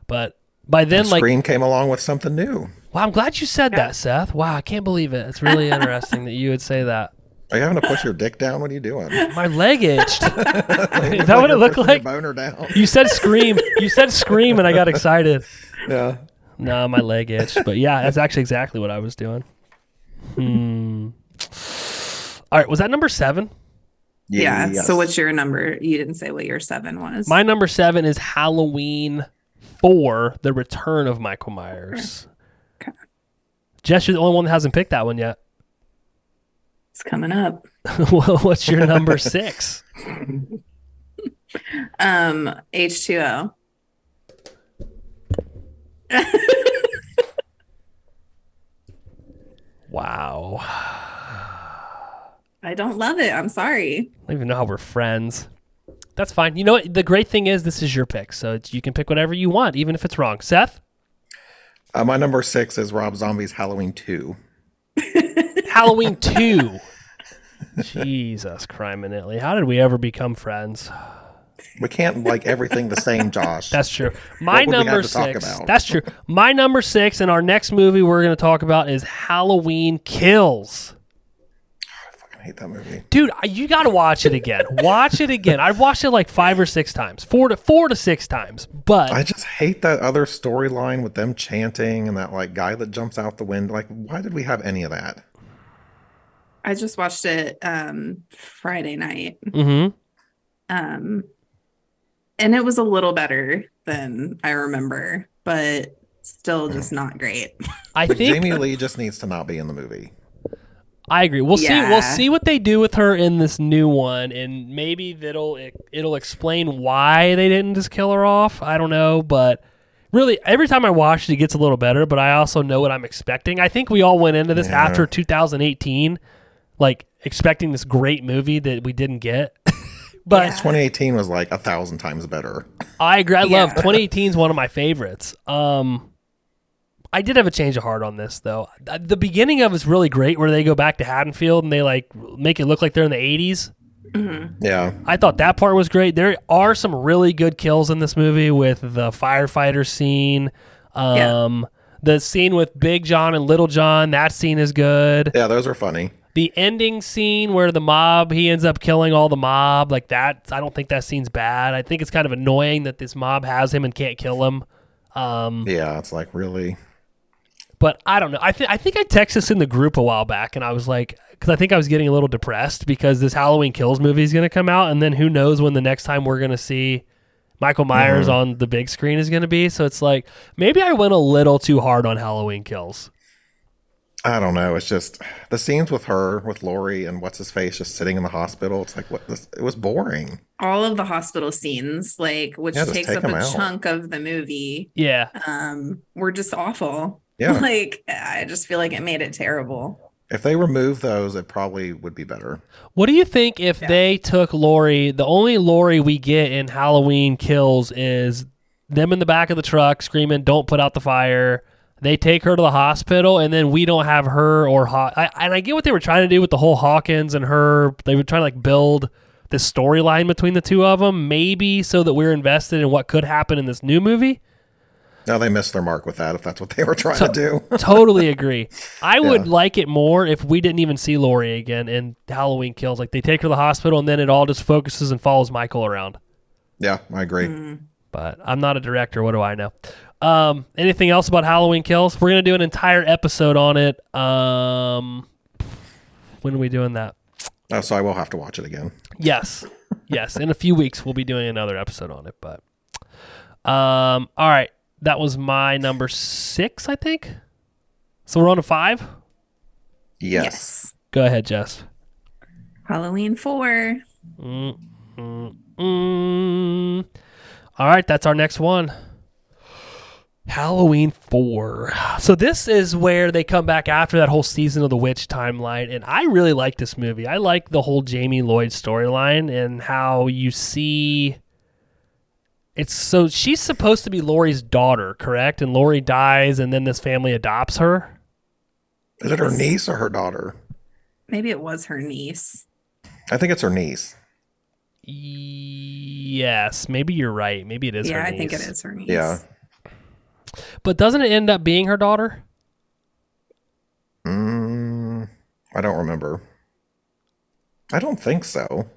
But by then, like, Scream came along with something new. wow, I'm glad you said that, Seth. Wow, I can't believe it. It's really interesting that you would say that. Are you having to push your dick down? What are you doing? Is My leg itched. Is that what it looked like? Boner down. You said scream. You said scream, and I got excited. Yeah. No, my leg itched. But yeah, that's actually exactly what I was doing. Hmm. All right, was that number seven? Yeah. Yes. So what's your number? You didn't say what your seven was. My number seven is Halloween four, the return of Michael Myers. Okay. Jess, you're the only one that hasn't picked that one yet. it's coming up. well, what's your number six? Um H2O. Wow. I I don't love it. I'm sorry. don't even know how we're friends. That's fine. You know what? The great thing is this is your pick, so it's- you can pick whatever you want, even if it's wrong. Seth, Uh, my number six is Rob Zombie's Halloween 2. Halloween two. Jesus, crime How did we ever become friends? We can't like everything the same, Josh. That's true. My would we have number to talk six. about? That's true. My number six, and our next movie we're going to talk about is Halloween Kills. I fucking hate that movie. Dude, I- you got to watch it again. watch it again. I've watched it like five or six times, four to four to six times. But I just hate that other storyline with them chanting and that like guy that jumps out the window. Like, why did we have any of that? I just watched it um Friday night. Mhm. Um and it was a little better than I remember, but still just not great. I think Jamie Lee just needs to not be in the movie. I agree. We'll see. Yeah. We'll see what they do with her in this new one, and maybe that'll it'll explain why they didn't just kill her off. I don't know, but really, every time I watch it, it gets a little better. But I also know what I'm expecting. I think we all went into this Yeah. after 2018, like expecting this great movie that we didn't get. but 2018 was like a thousand times better. I agree. I love Yeah. 2018 is one of my favorites. Um, I did have a change of heart on this though. Th- The beginning of it's really great, where they go back to Haddonfield and they like make it look like they're in the 80s. Yeah. I thought that part was great. There are some really good kills in this movie with the firefighter scene. Yeah. Um, The scene with Big John and Little John, that scene is good. Yeah, those are funny. The ending scene where the mob, he ends up killing all the mob, like that, I don't think that scene's bad. I think it's kind of annoying that this mob has him and can't kill him. Um, Yeah, it's like really. but I don't know. I, th- I think I texted this in the group a while back and I was like, because I think I was getting a little depressed because this Halloween Kills movie is going to come out. And then who knows when the next time we're going to see Michael Myers on the big screen is going to be. So it's like, maybe I went a little too hard on Halloween Kills. I don't know. It's just the scenes with her, with Lori, and what's his face, just sitting in the hospital. It's like what? This, it was boring. All of the hospital scenes, like which Yeah, just takes take up 'em a out. chunk of the movie, Yeah. um, were just awful. Yeah. Like I just feel like it made it terrible. If they remove those, it probably would be better. What do you think if they took Lori? The only Lori we get in Halloween Kills is them in the back of the truck screaming, "Don't put out the fire." They take her to the hospital, and then we don't have her or Haw. I, and I get what they were trying to do with the whole Hawkins and her. They were trying to like build this storyline between the two of them, maybe so that we're invested in what could happen in this new movie. No, they missed their mark with that. If that's what they were trying to do. totally agree. I would like it more if we didn't even see Lori again in Halloween Kills. Like they take her to the hospital and then it all just focuses and follows Michael around. yeah, I agree. But I'm not a director. What do I know? Um, anything else about Halloween Kills? We're gonna do an entire episode on it. Um, when are we doing that? Oh, so I will have to watch it again. Yes, yes. In a few weeks, we'll be doing another episode on it. But um, all right, that was my number six, I think. So we're on to five. Yes. yes. Go ahead, Jess. Halloween four. Mm. All right, that's our next one. Halloween 4. So this is where they come back after that whole season of the witch timeline and I really like this movie. I like the whole Jamie Lloyd storyline and how you see it's so she's supposed to be Laurie's daughter, correct? And Laurie dies and then this family adopts her. Is it her niece or her daughter? Maybe it was her niece. I think it's her niece. Yes, maybe you're right. Maybe it is yeah, her I think it niece. is her niece. Yeah. But doesn't it end up being her daughter? Mm, I don't remember. I don't think so.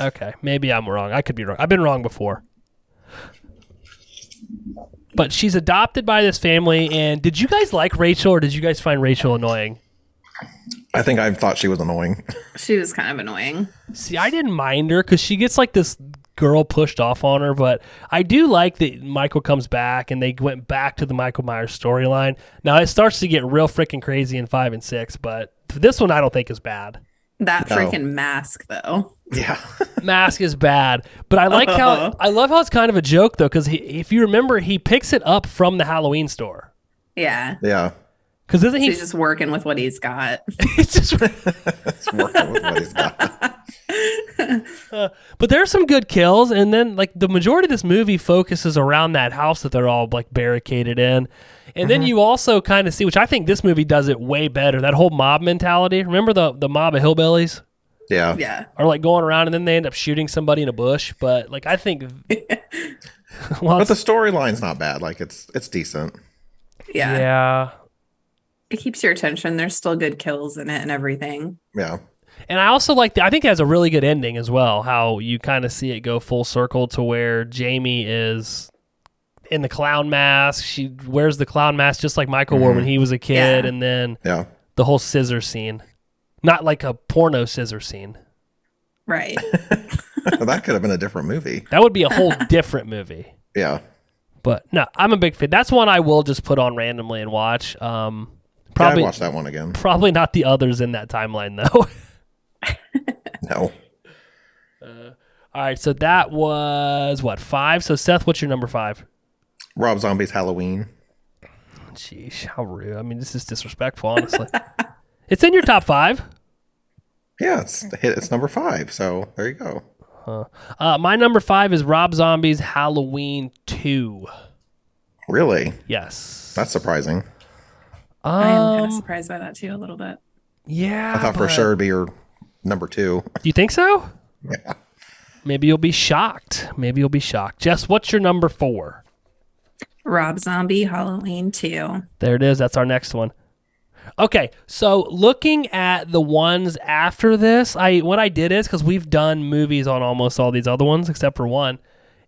Okay, maybe I'm wrong. I could be wrong. I've been wrong before. But she's adopted by this family. And did you guys like Rachel, or did you guys find Rachel annoying? I think I thought she was annoying. She was kind of annoying. See, I didn't mind her because she gets like this girl pushed off on her. But I do like that Michael comes back, and they went back to the Michael Myers storyline. Now it starts to get real freaking crazy in five and six, but this one I don't think is bad. That No. freaking mask, though. yeah. mask is bad. But I like how I love how it's kind of a joke though, because if you remember, he picks it up from the Halloween store. Yeah. yeah. Because isn't he? He's just working with what he's got. it's just- It's working with what he's got. but there are some good kills, and then like the majority of this movie focuses around that house that they're all like barricaded in, and then you also kind of see, which I think this movie does it way better. That whole mob mentality. Remember the the mob of hillbillies. Yeah. Yeah. Or like going around and then they end up shooting somebody in a bush. But like I think, well, But the it's- storyline's not bad. Like it's it's decent. Yeah. yeah, It keeps your attention. There's still good kills in it and everything. Yeah. And I also like the, I think it has a really good ending as well, how you kind of see it go full circle to where Jamie is in the clown mask. She wears the clown mask just like Michael wore Mm-hmm. when he was a kid. Yeah. And then Yeah. the whole scissor scene, not like a porno scissor scene. Right. that could have been a different movie. That would be a whole different movie. Yeah. But no, I'm a big fan. That's one I will just put on randomly and watch. Um, Probably probably, watch that one again. probably not the others in that timeline though. No. All right, so that was what five. So Seth, what's your number five? Rob Zombie's Halloween. Jeez, how rude. I mean, this is disrespectful, honestly. it's in your top five. Yeah, it's hit. It's number five. So there you go. Uh, my number five is Rob Zombie's Halloween 2. Really, Yes. that's surprising. I am kind of Um, surprised by that too, a little bit. yeah. I thought for but- sure it'd be your number two. Do you think so? Yeah. Maybe you'll be shocked. Maybe you'll be shocked. Jess, what's your number four? Rob Zombie Halloween 2. There it is. That's our next one. Okay, so looking at the ones after this, I what I did is because we've done movies on almost all these other ones except for one,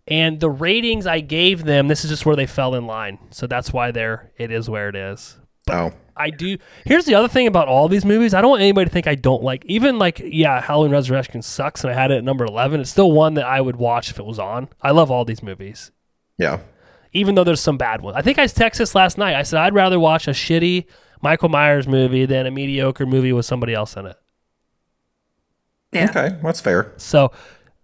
and the ratings I gave them, this is just where they fell in line. So that's why they're it is where it is. Oh, I do. Here's the other thing about all these movies. I don't want anybody to think I don't like. Even like, yeah, Halloween Resurrection sucks, and I had it at number eleven. It's still one that I would watch if it was on. I love all these movies yeah. even though there's some bad ones. I think I texted this last night. I said I'd rather watch a shitty Michael Myers movie than a mediocre movie with somebody else in it. Yeah. Okay, that's fair. So,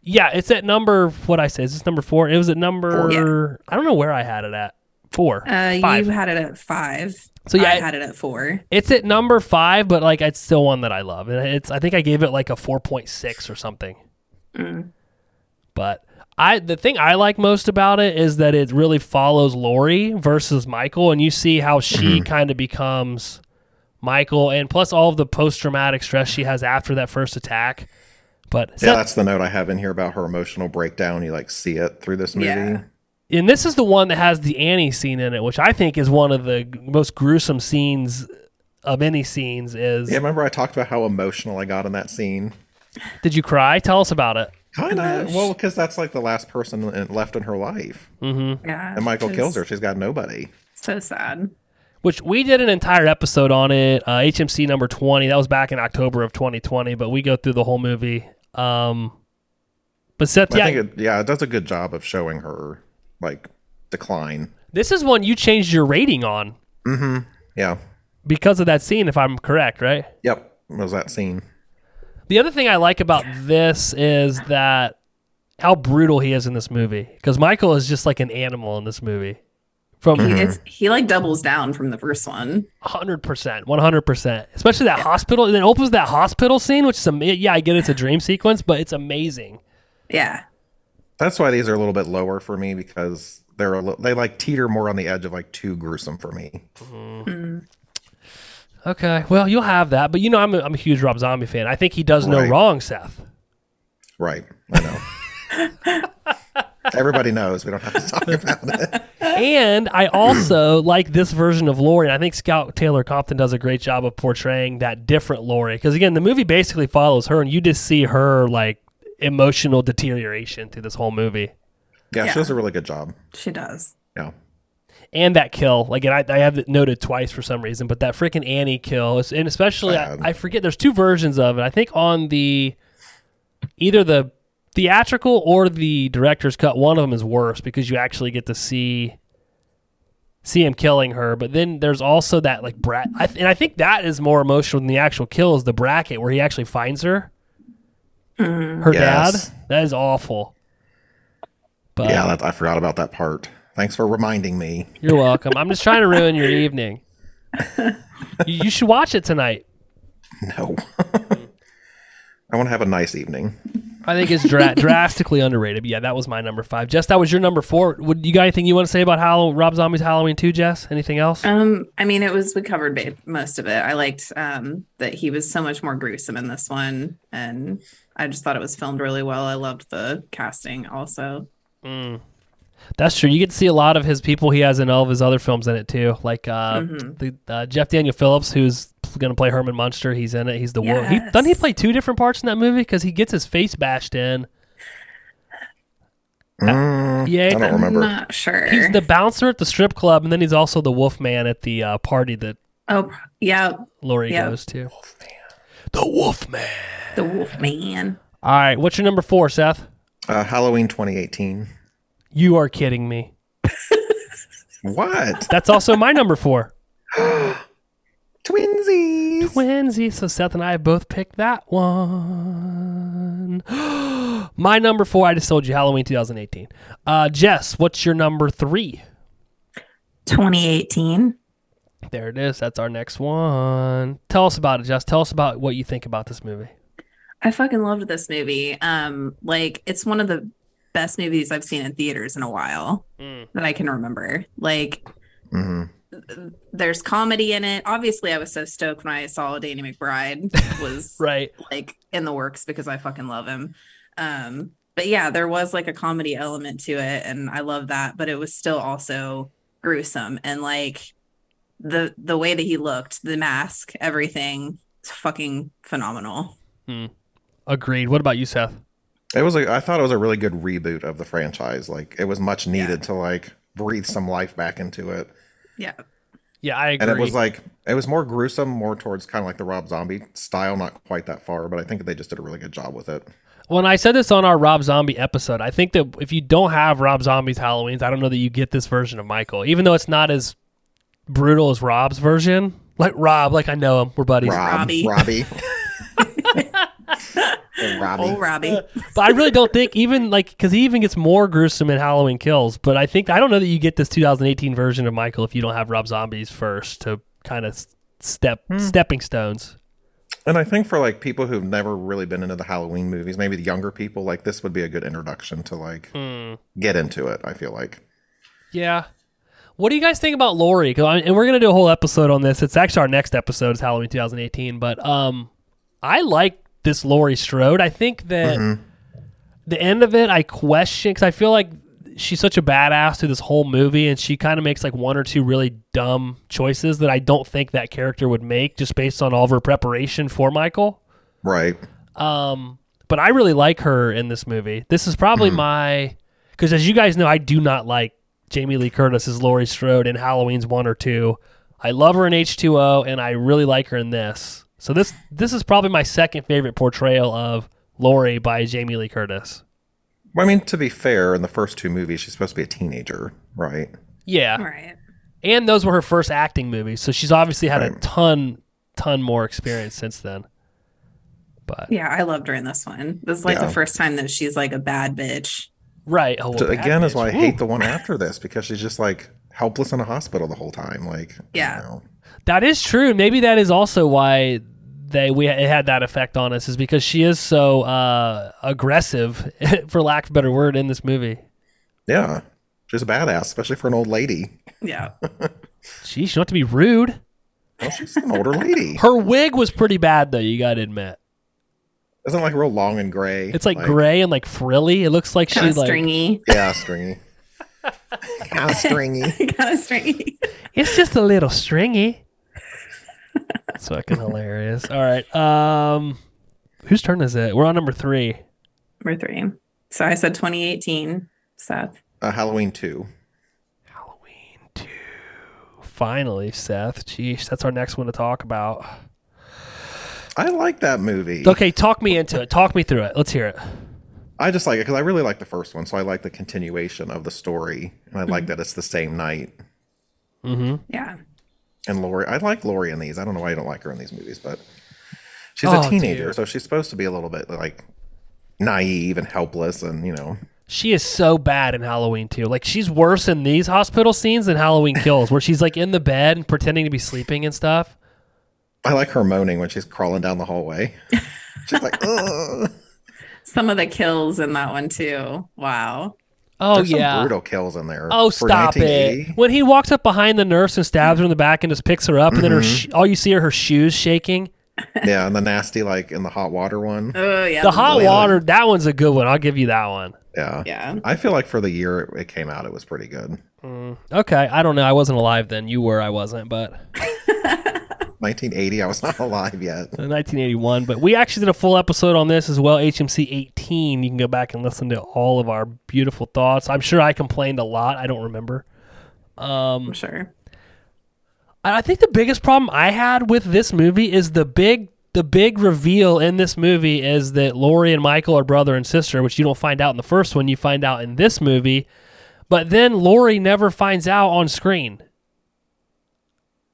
yeah, it's at number what I say is this number four. It was at number I don't know where I had it at four Uh, five. You had it at five. So, yeah, I it- had it at four. it's at number five, but like it's still one that I love, and it's I think I gave it like a four point six or something. Mm. But I the thing I like most about it is that it really follows Lori versus Michael, and you see how she kind of becomes Michael, and plus all of the post traumatic stress she has after that first attack. But yeah, Seth- that's the note I have in here about her emotional breakdown. You like see it through this movie. Yeah. and this is the one that has the Annie scene in it, which I think is one of the g- most gruesome scenes of any scenes. Is Yeah, remember I talked about how emotional I got in that scene? did you cry? Tell us about it. Kind of. Well, because that's like the last person in- left in her life. Mm-hmm. Yeah. And Michael which kills is her. She's got nobody. So sad. which we did an entire episode on it. Uh, HMC number twenty. That was back in October of 2020, but we go through the whole movie. Um, but Seth, I yeah, think it, yeah, it does a good job of showing her like decline. this is one you changed your rating on Yeah. because of that scene, if I'm correct, right? Yep. It was that scene. The other thing I like about this is that how brutal he is in this movie because Michael is just like an animal in this movie. From He, Mm-hmm. it's, he like doubles down from the first one. hundred percent, one hundred percent. Especially that hospital, and then opens that hospital scene, which is am- yeah, I get it's a dream sequence, but it's amazing. Yeah. That's why these are a little bit lower for me because they're a li- they like teeter more on the edge of like too gruesome for me. Okay, well, you'll have that, but you know, I'm a, I'm a huge Rob Zombie fan. I think he does no Right. wrong, Seth. Right. I know. Everybody knows. We don't have to talk about it. And I also like this version of Laurie. And I think Scout Taylor Compton does a great job of portraying that different Laurie. Because again, the movie basically follows her, and you just see her like emotional deterioration through this whole movie. Yeah, Yeah. she does a really good job. She does. Yeah. And that kill, like, and I, I have it noted twice for some reason, but that freaking Annie kill, is- and especially I, Sad. I forget. There's two versions of it. I think on the either the theatrical or the director's cut, one of them is worse because you actually get to see see him killing her. But then there's also that like brat, I th- and I think that is more emotional than the actual kill is the bracket where he actually finds her, her Yes. dad. That is awful. But yeah, that, I forgot about that part. Thanks for reminding me. you're welcome. I'm just trying to ruin your evening. you, you should watch it tonight. No. I want to have a nice evening. I think it's dra- drastically underrated. But yeah, that was my number five. Jess, that was your number four. Would you got anything you want to say about Hall- Rob Zombie's Halloween too, Jess? Anything else? Um, I mean, it was we covered ba- most of it. I liked um, that he was so much more gruesome in this one, and I just thought it was filmed really well. I loved the casting also. That's true. You get to see a lot of his people he has in all of his other films in it too, like uh, the uh, Jeff Daniel Phillips, who's going to play Herman Munster. He's in it. He's the wolf. He, doesn't he Yes. play two different parts in that movie because he gets his face bashed in? Uh, Mm, Yeah, I don't I'm remember. I'm not sure. He's the bouncer at the strip club, and then he's also the wolf man at the uh, party that oh yeah, Lori Yeah. goes to. The wolf man. the Wolf Man. All right, what's your number four, Seth? Uh, Halloween 2018. You are kidding me. What? That's also my number four. Twinsies. Wednesday. So Seth and I both picked that one. my number four, I just told you Halloween 2018. Uh, Jess, what's your number three? 2018. There it is. That's our next one. Tell us about it, Jess. Tell us about what you think about this movie. I fucking loved this movie. Um, like it's one of the best movies I've seen in theaters in a while Mm. that I can remember. Like Mhm. there's comedy in it. Obviously, I was so stoked when I saw Danny McBride was Right. like in the works because I fucking love him. Um, but yeah, there was like a comedy element to it, and I love that. But it was still also gruesome and like the the way that he looked, the mask, everything, it's fucking phenomenal. Agreed. What about you, Seth? It was a, I thought it was a really good reboot of the franchise. Like it was much needed to like breathe some life back into it. Yeah. Yeah, I agree. And it was like it was more gruesome, more towards kind of like the Rob Zombie style, not quite that far, but I think they just did a really good job with it. when I said this on our Rob Zombie episode, I think that if you don't have Rob Zombie's Halloween's, I don't know that you get this version of Michael, even though it's not as brutal as Rob's version. Like Rob, like I know him, we're buddies. Rob, Robbie. Robbie. Robbie. Old Robbie. But I really don't think even like because he even gets more gruesome in Halloween Kills. But I think I don't know that you get this 2018 version of Michael if you don't have Rob Zombie's first to kind of step stepping stones. And I think for like people who've never really been into the Halloween movies, maybe the younger people, like this would be a good introduction to like get into it. I feel like Yeah. What do you guys think about Lori? 'Cause I, and we're gonna do a whole episode on this. It's actually our next episode is Halloween 2018. But um, I like this Lori Strode. I think that the end of it, I question because I feel like she's such a badass through this whole movie, and she kind of makes like one or two really dumb choices that I don't think that character would make just based on all of her preparation for Michael. right. Um, but I really like her in this movie. This is probably Hmm. my because, as you guys know, I do not like Jamie Lee Curtis as Laurie Strode in Halloween's one or two. I love her in H two O, and I really like her in this. So this this is probably my second favorite portrayal of Laurie by Jamie Lee Curtis. Well, I mean, to be fair, in the first two movies, she's supposed to be a teenager, right? Yeah, Right. and those were her first acting movies, so she's obviously had a Right. ton ton more experience since then. But Yeah, I loved her in this one. This is like Yeah. the first time that she's like a bad bitch. right, oh, So well, again, that is why I bitch. hate Ooh. the one after this because she's just like helpless in a hospital the whole time. Like, I Yeah. don't know. That is true. Maybe that is also why they we it had that effect on us is because she is so uh, aggressive, for lack of a better word, in this movie. yeah, she's a badass, especially for an old lady. Yeah. She she not to be rude. Well, she's an older lady. Her wig was pretty bad though. You gotta admit, Isn't it, like real long and gray. it's like, gray and like frilly. It looks like she Kind like of stringy. Yeah, stringy. kind of stringy. kind of stringy. it's just a little stringy. It's fucking hilarious. All right, um, whose turn is it? We're on number three. Number three. So I said 2018. Seth. Uh, Halloween two. Halloween 2. Finally, Seth. Jeez, that's our next one to talk about. I like that movie. Okay, talk me into it. Talk me through it. Let's hear it. I just like it because I really like the first one, so I like the continuation of the story, and I Mm-hmm. like that it's the same night. Yeah. And Lori, I like Lori in these. I don't know why I don't like her in these movies, but she's Oh, a teenager, dear. so she's supposed to be a little bit like naive and helpless, and you know, She is so bad in Halloween too. Like she's worse in these hospital scenes than Halloween Kills, where she's like in the bed and pretending to be sleeping and stuff. Oh, I like her moaning when she's crawling down the hallway. She's like, "Ugh." It's some of the kills in that one too. Wow. Oh There's some yeah. brutal kills in there. Oh, For E. stop it! 1980. When he walks up behind the nurse and stabs her in the back and just picks her up, and then her Mm-hmm. sh- all you see are her shoes shaking. Yeah, and the nasty like in the hot water one. Oh yeah. The hot Atlanta. water, that one's a good one. I'll give you that one. Yeah. Yeah. I feel like for the year it, it came out, it was pretty good. Okay, I don't know. I wasn't alive then. You were. I wasn't, but 1980, I was not alive yet. 1981. But we actually did a full episode on this as well. HMC 18. You can go back and listen to all of our beautiful thoughts. I'm sure I complained a lot. I don't remember. I'm sure. I I think the biggest problem I had with this movie is the big the big reveal in this movie is that Lori and Michael are brother and sister, which you don't find out in the first one. You find out in this movie, but then Lori never finds out on screen.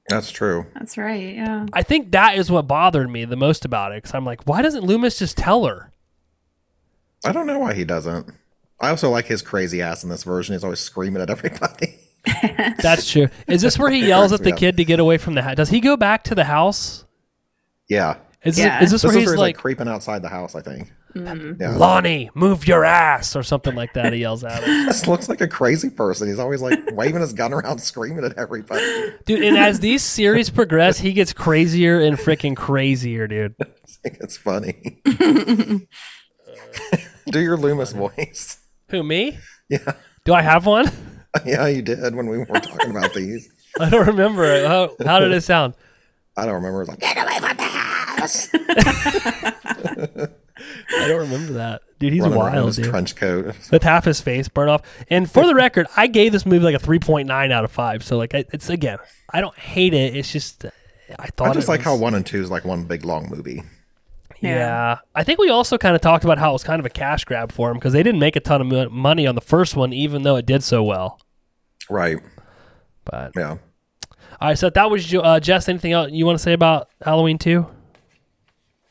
That's true. That's right. Yeah. I think that is what bothered me the most about it because I'm like, why doesn't Loomis just tell her? I don't know why he doesn't. I also like his crazy ass in this version. He's always screaming at everybody. That's true. Is this where he yells at the Yeah. kid to get away from the house? Does he go back to the house? yeah. Is, Yeah. this, is this This is where where he's like, creeping outside the house, I think. Lonnie, move your ass or something like that? He yells at her. This looks like a crazy person. He's always like waving his gun around, screaming at everybody. Dude, and as these series progress, he gets crazier and freaking crazier, dude. I think it's funny. Do your Loomis voice. Who, me? Yeah. Do I have one? Yeah, you did when we were talking about these. I don't remember. it. How, how did it sound? I don't remember. It was like, get away from the house. I don't remember that. Dude, he's Running around in wild, his dude. trench coat. With half his face burned off. And for the record, I gave this movie like a 3.9 out of 5. So, like, I- it's again, I don't hate it. It's just, I thought I just it like was- how one and two is like one big long movie. Yeah. I think we also kind of talked about how it was kind of a cash grab for him because they didn't make a ton of mo- money on the first one, even though it did so well. Right. But Yeah. all right, so that was Jo- uh, Jess. Anything else you want to say about Halloween two?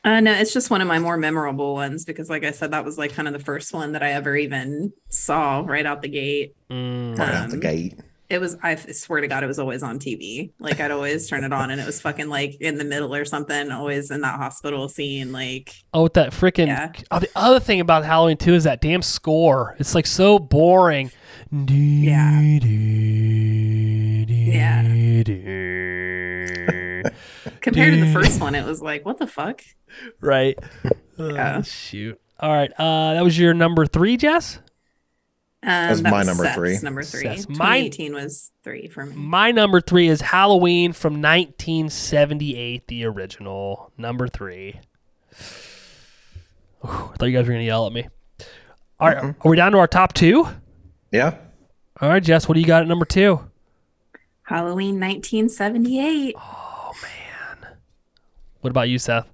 Uh, no, it's just one of my more memorable ones because, like I said, that was like kind of the first one that I ever even saw right out the gate. Mm. Um, Right out the gate. It was, I swear to God, it was always on TV. Like I'd always turn it on and it was fucking like in the middle or something, always in that hospital scene. Like, Oh, with that freaking. Yeah. Oh, the other thing about Halloween 2 is that damn score. It's like so boring. Yeah. Yeah. compared to the first one, it was like, what the fuck? Right. Yeah. Oh, shoot. All right. Uh, that was your number three, Jess? Um, was that my number Seth's three. Number three. Seth's. Mine- 2018 was three for me. My number three is Halloween from 1978, the original. Number three. Whew, I thought you guys were going to yell at me. All right, Are we down to our top two? Yeah. All right, Jess, what do you got at number two? Halloween 1978. Oh. What about you, Seth?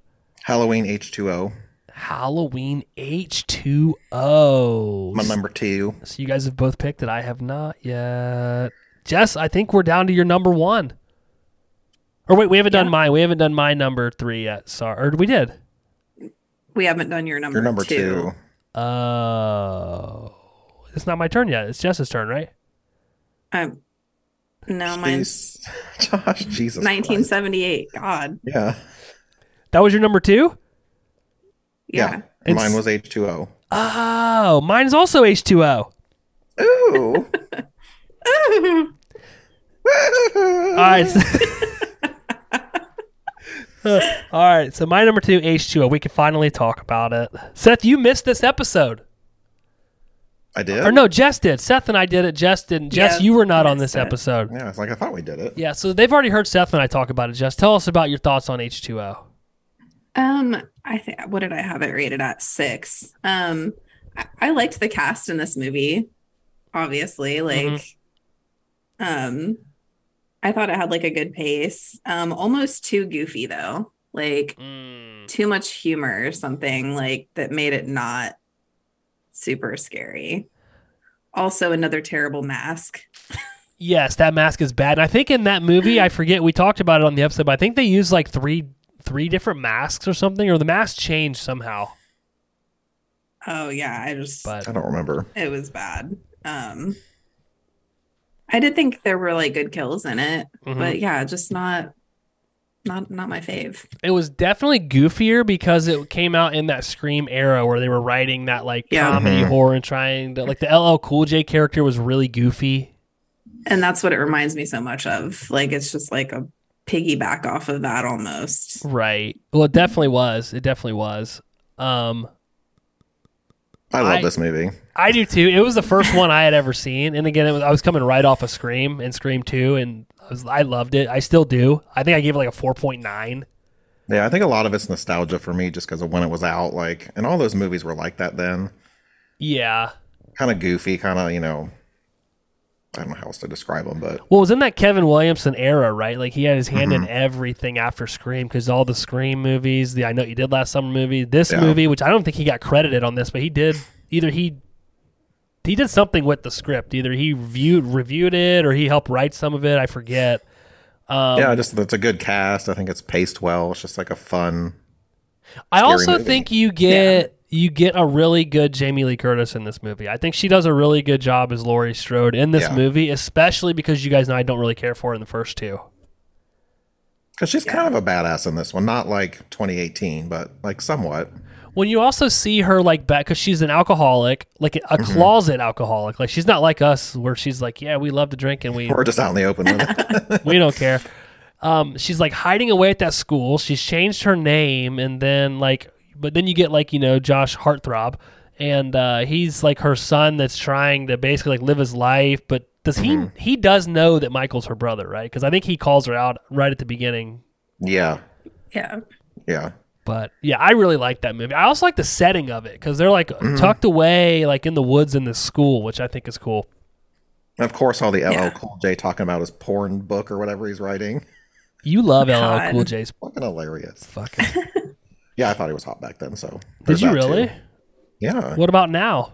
Halloween H2O. Halloween H2O. My number two. So you guys have both picked it. I have not yet. Jess, I think we're down to your number one. Or wait, we haven't done mine. We haven't done my number three yet. Sorry, or we did. We haven't done your number, Your number two. Oh, it's not my turn yet. It's Jess's turn, right? Um, no, mine's Jeez. Josh, Jesus. Christ. 1978. God. Yeah. That was your number two. Yeah. Yeah. It's- Mine was H2O. Oh, mine's also H two O. Ooh. All right. All right. So my number two H two O. We can finally talk about it. Seth, you missed this episode. I did. Or no, Jess did. Seth and I did it. Jess didn't. Jess, Yeah, you were not on missed this it. episode. Yeah, it's like I thought we did it. Yeah, so they've already heard Seth and I talk about it. Jess, tell us about your thoughts on H2O. Um, I think what did I have it rated at? Six. Um, I, I liked the cast in this movie, obviously. Mm-hmm. Like, um, I thought it had like a good pace. Um, almost too goofy though. Like too much humor or something like that made it not super scary. Also, another terrible mask. Yes, that mask is bad. And I think in that movie, I forget we talked about it on the episode, but I think they used like three three different masks or something, or the mask changed somehow. Oh yeah, I just But I don't remember. it was bad. Um, I did think there were like good kills in it, Mhm. but yeah, just not Not not my fave. It was definitely goofier because it came out in that Scream era where they were writing that like Yeah. comedy Mhm. horror and trying to like the LL Cool J character was really goofy. And that's what it reminds me so much of. Like it's just like a piggyback off of that Mm. almost. Right. Well, it definitely was. It definitely was. Um I love I- this movie. I do too. It was the first one I had ever seen, and again, it was, I was coming right off of Scream and Scream Two, and I was I loved it. I still do. I think I gave it like a four point nine. Yeah, I think a lot of it's nostalgia for me just because of when it was out. Like, and all those movies were like that then. Yeah. Kind of goofy, kind of, you know, I don't know how else to describe them, but Well, it was in that Kevin Williamson era, right? Like he had his hand in everything after Scream because all the Scream movies, the I Know What You Did Last Summer movie, this Yeah. movie, which I don't think he got credited on this, but he did. Either he he did something with the script. Either he viewed reviewed it or he helped write some of it. I forget. Um, yeah, just that's a good cast. I think it's paced well. It's just like a fun. I scary also movie. think you get you get a really good Jamie Lee Curtis in this movie. I think she does a really good job as Laurie Strode in this Yeah. movie, especially because you guys know I don't really care for her in the first two. Because she's kind of a badass in this one. Not like 2018, but like somewhat. When you also see her like back because she's an alcoholic, like a Mm-hmm. closet alcoholic. Like she's not like us where she's like, yeah, we love to drink and we We're just out in the open with it. we don't care. Um, she's like hiding away at that school. She's changed her name, and then like, but then you get like you know Josh Heartthrob, and uh, he's like her son that's trying to basically like live his life. But does he he does know that Michael's her brother, right? Because I think he calls her out right at the beginning. yeah. Yeah. Yeah. But yeah, I really like that movie. I also like the setting of it because they're like tucked away like in the woods in this school, which I think is cool. And of course, all the LL Yeah. Cool J talking about his porn book or whatever he's writing. You love LL God. Cool J's Fucking hilarious. fucking. Yeah, I thought he was hot back then. So Did there's you that, too. really? Yeah. What about now?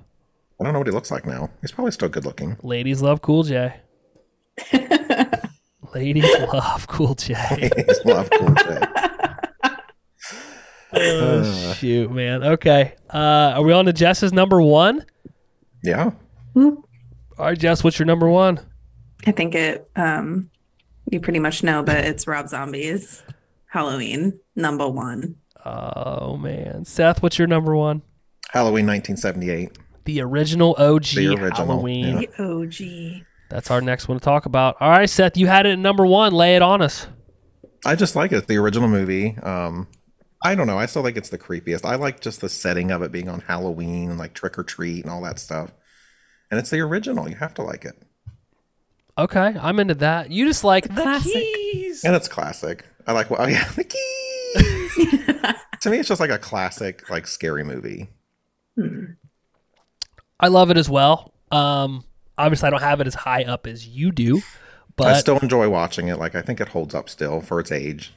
I don't know what he looks like now. He's probably still good looking. Ladies love Cool J. Ladies love Cool J. He's love Cool J. Oh, shoot, man. Okay. Uh, are we on to Jess's number one? Yeah. Whoop. All right, Jess, what's your number one? I think it um you pretty much know, but it's Rob Zombie's Halloween number one. Oh, man. Seth, what's your number one? Halloween 1978. The original OG The original, Halloween. yeah. The OG. That's our next one to talk about. All right, Seth, you had it at number one. Lay it on us. I just like it. The original movie. Um, I don't know. I still think it's the creepiest. I like just the setting of it being on Halloween and like trick or treat and all that stuff. And it's the original. You have to like it. Okay, I'm into that. You just like the Classic. keys. And it's classic. I like, oh yeah, the keys. to me, it's just like a classic, like scary movie. I love it as well. Um, obviously, I don't have it as high up as you do, I but still enjoy watching it. Like, I think it holds up still for its age.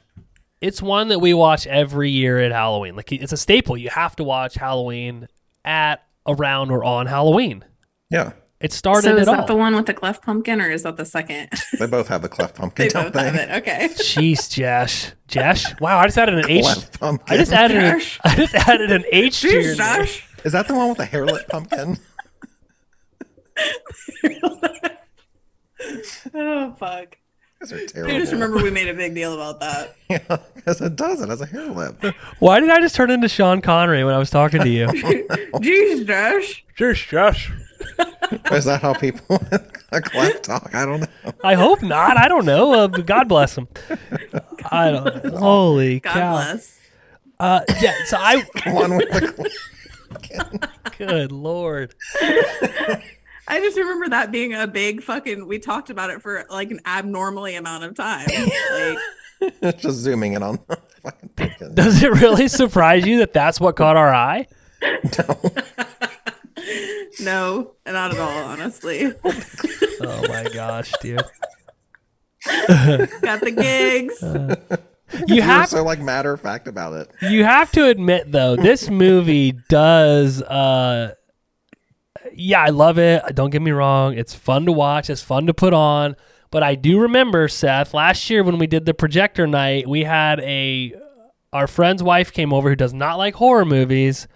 it's one that we watch every year at Halloween. Like it's a staple. You have to watch Halloween at around or on Halloween. Yeah. It started so is at that all. the one with the cleft pumpkin or is that the second? They both have the cleft pumpkin. they don't both have it. Okay. Jeez, Josh. Josh. Wow, I just added an H. Cleft I pumpkin. just added an, Josh. I just added an H to your Cheers, name. Josh. Is that the one with the hairlit pumpkin? Oh fuck. Those are terrible. I just remember we made a big deal about that. Yeah, because it does. It has a hair lip. Why did I just turn into Sean Connery when I was talking to you? Oh. Jeez, Josh. Cheers, Josh. Is that how people with a cleft talk? I don't know. I hope not. I don't know. Uh, God bless him. I don't. Holy God cow. bless. Uh, yeah. So I. One with the cleft. Good lord. I just remember that being a big fucking we talked about it for like an abnormally amount of time. Like It's just zooming in on the fucking pumpkin. Does it really surprise you that that's what caught our eye? no, not at all, honestly. Oh my gosh, dude. Got the gigs. You You were have so like matter of fact about it. you have to admit though, this movie does uh yeah, I love it. Don't get me wrong. It's fun to watch, it's fun to put on, but I do remember Seth last year when we did the projector night, we had a our friend's wife came over who does not like horror movies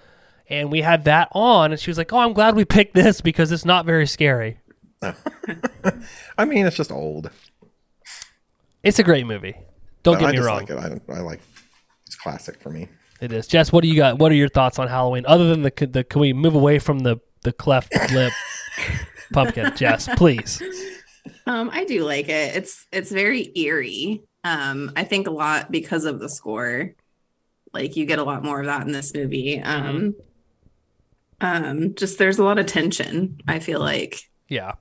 and we had that on and she was like, "Oh, I'm glad we picked this because it's not very scary." I mean, it's just old. It's a great movie. Don't But I get me just wrong. Like it. I, don't- I like it's classic for me. It is. Jess, what do you got? What are your thoughts on Halloween? Other than the, the can we move away from the the cleft lip pumpkin? Jess, please. Um, I do like it. It's it's very eerie. Um, I think a lot because of the score. Like you get a lot more of that in this movie. Um, um, just there's a lot of tension. I feel like Yeah.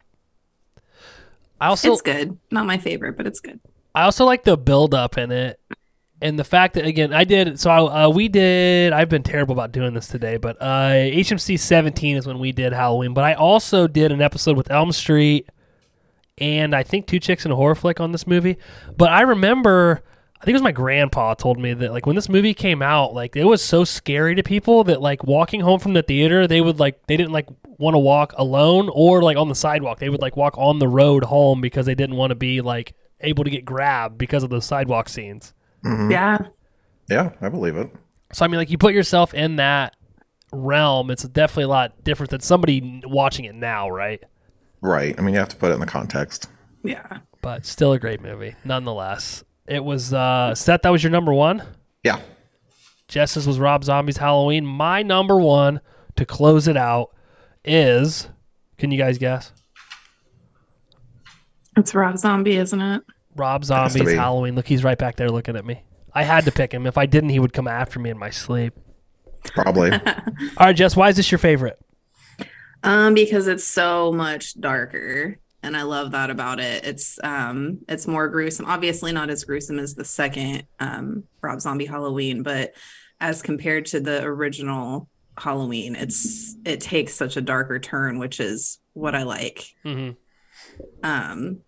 I also it's good. Not my favorite, but it's good. I also like the build up in it, and the fact that again I did so. I, uh, we did. I've been terrible about doing this today, but uh, HMC seventeen is when we did Halloween. But I also did an episode with Elm Street, and I think Two Chicks and a Horror Flick on this movie. But I remember. I think it was my grandpa told me that like when this movie came out, like it was so scary to people that like walking home from the theater, they would like they didn't like want to walk alone or like on the sidewalk. They would like walk on the road home because they didn't want to be like able to get grabbed because of those sidewalk scenes. Yeah, Yeah, I believe it. So I mean, like you put yourself in that realm, it's definitely a lot different than somebody n- watching it now, right? Right. I mean, you have to put it in the context. yeah. But still a great movie, nonetheless. It was uh, Seth. That was your number one. Yeah. Jess's was Rob Zombie's Halloween. My number one to close it out is. Can you guys guess? It's Rob Zombie, isn't it? Rob has to Zombie's be. Halloween. Look, he's right back there looking at me. I had to pick him. If I didn't, he would come after me in my sleep. Probably. All right, Jess, why is this your favorite? Um, because it's so much darker, and I love that about it. It's um, it's more gruesome. Obviously, not as gruesome as the second um, Rob Zombie Halloween, but as compared to the original Halloween, it's it takes such a darker turn, which is what I like. Mm-hmm. Um,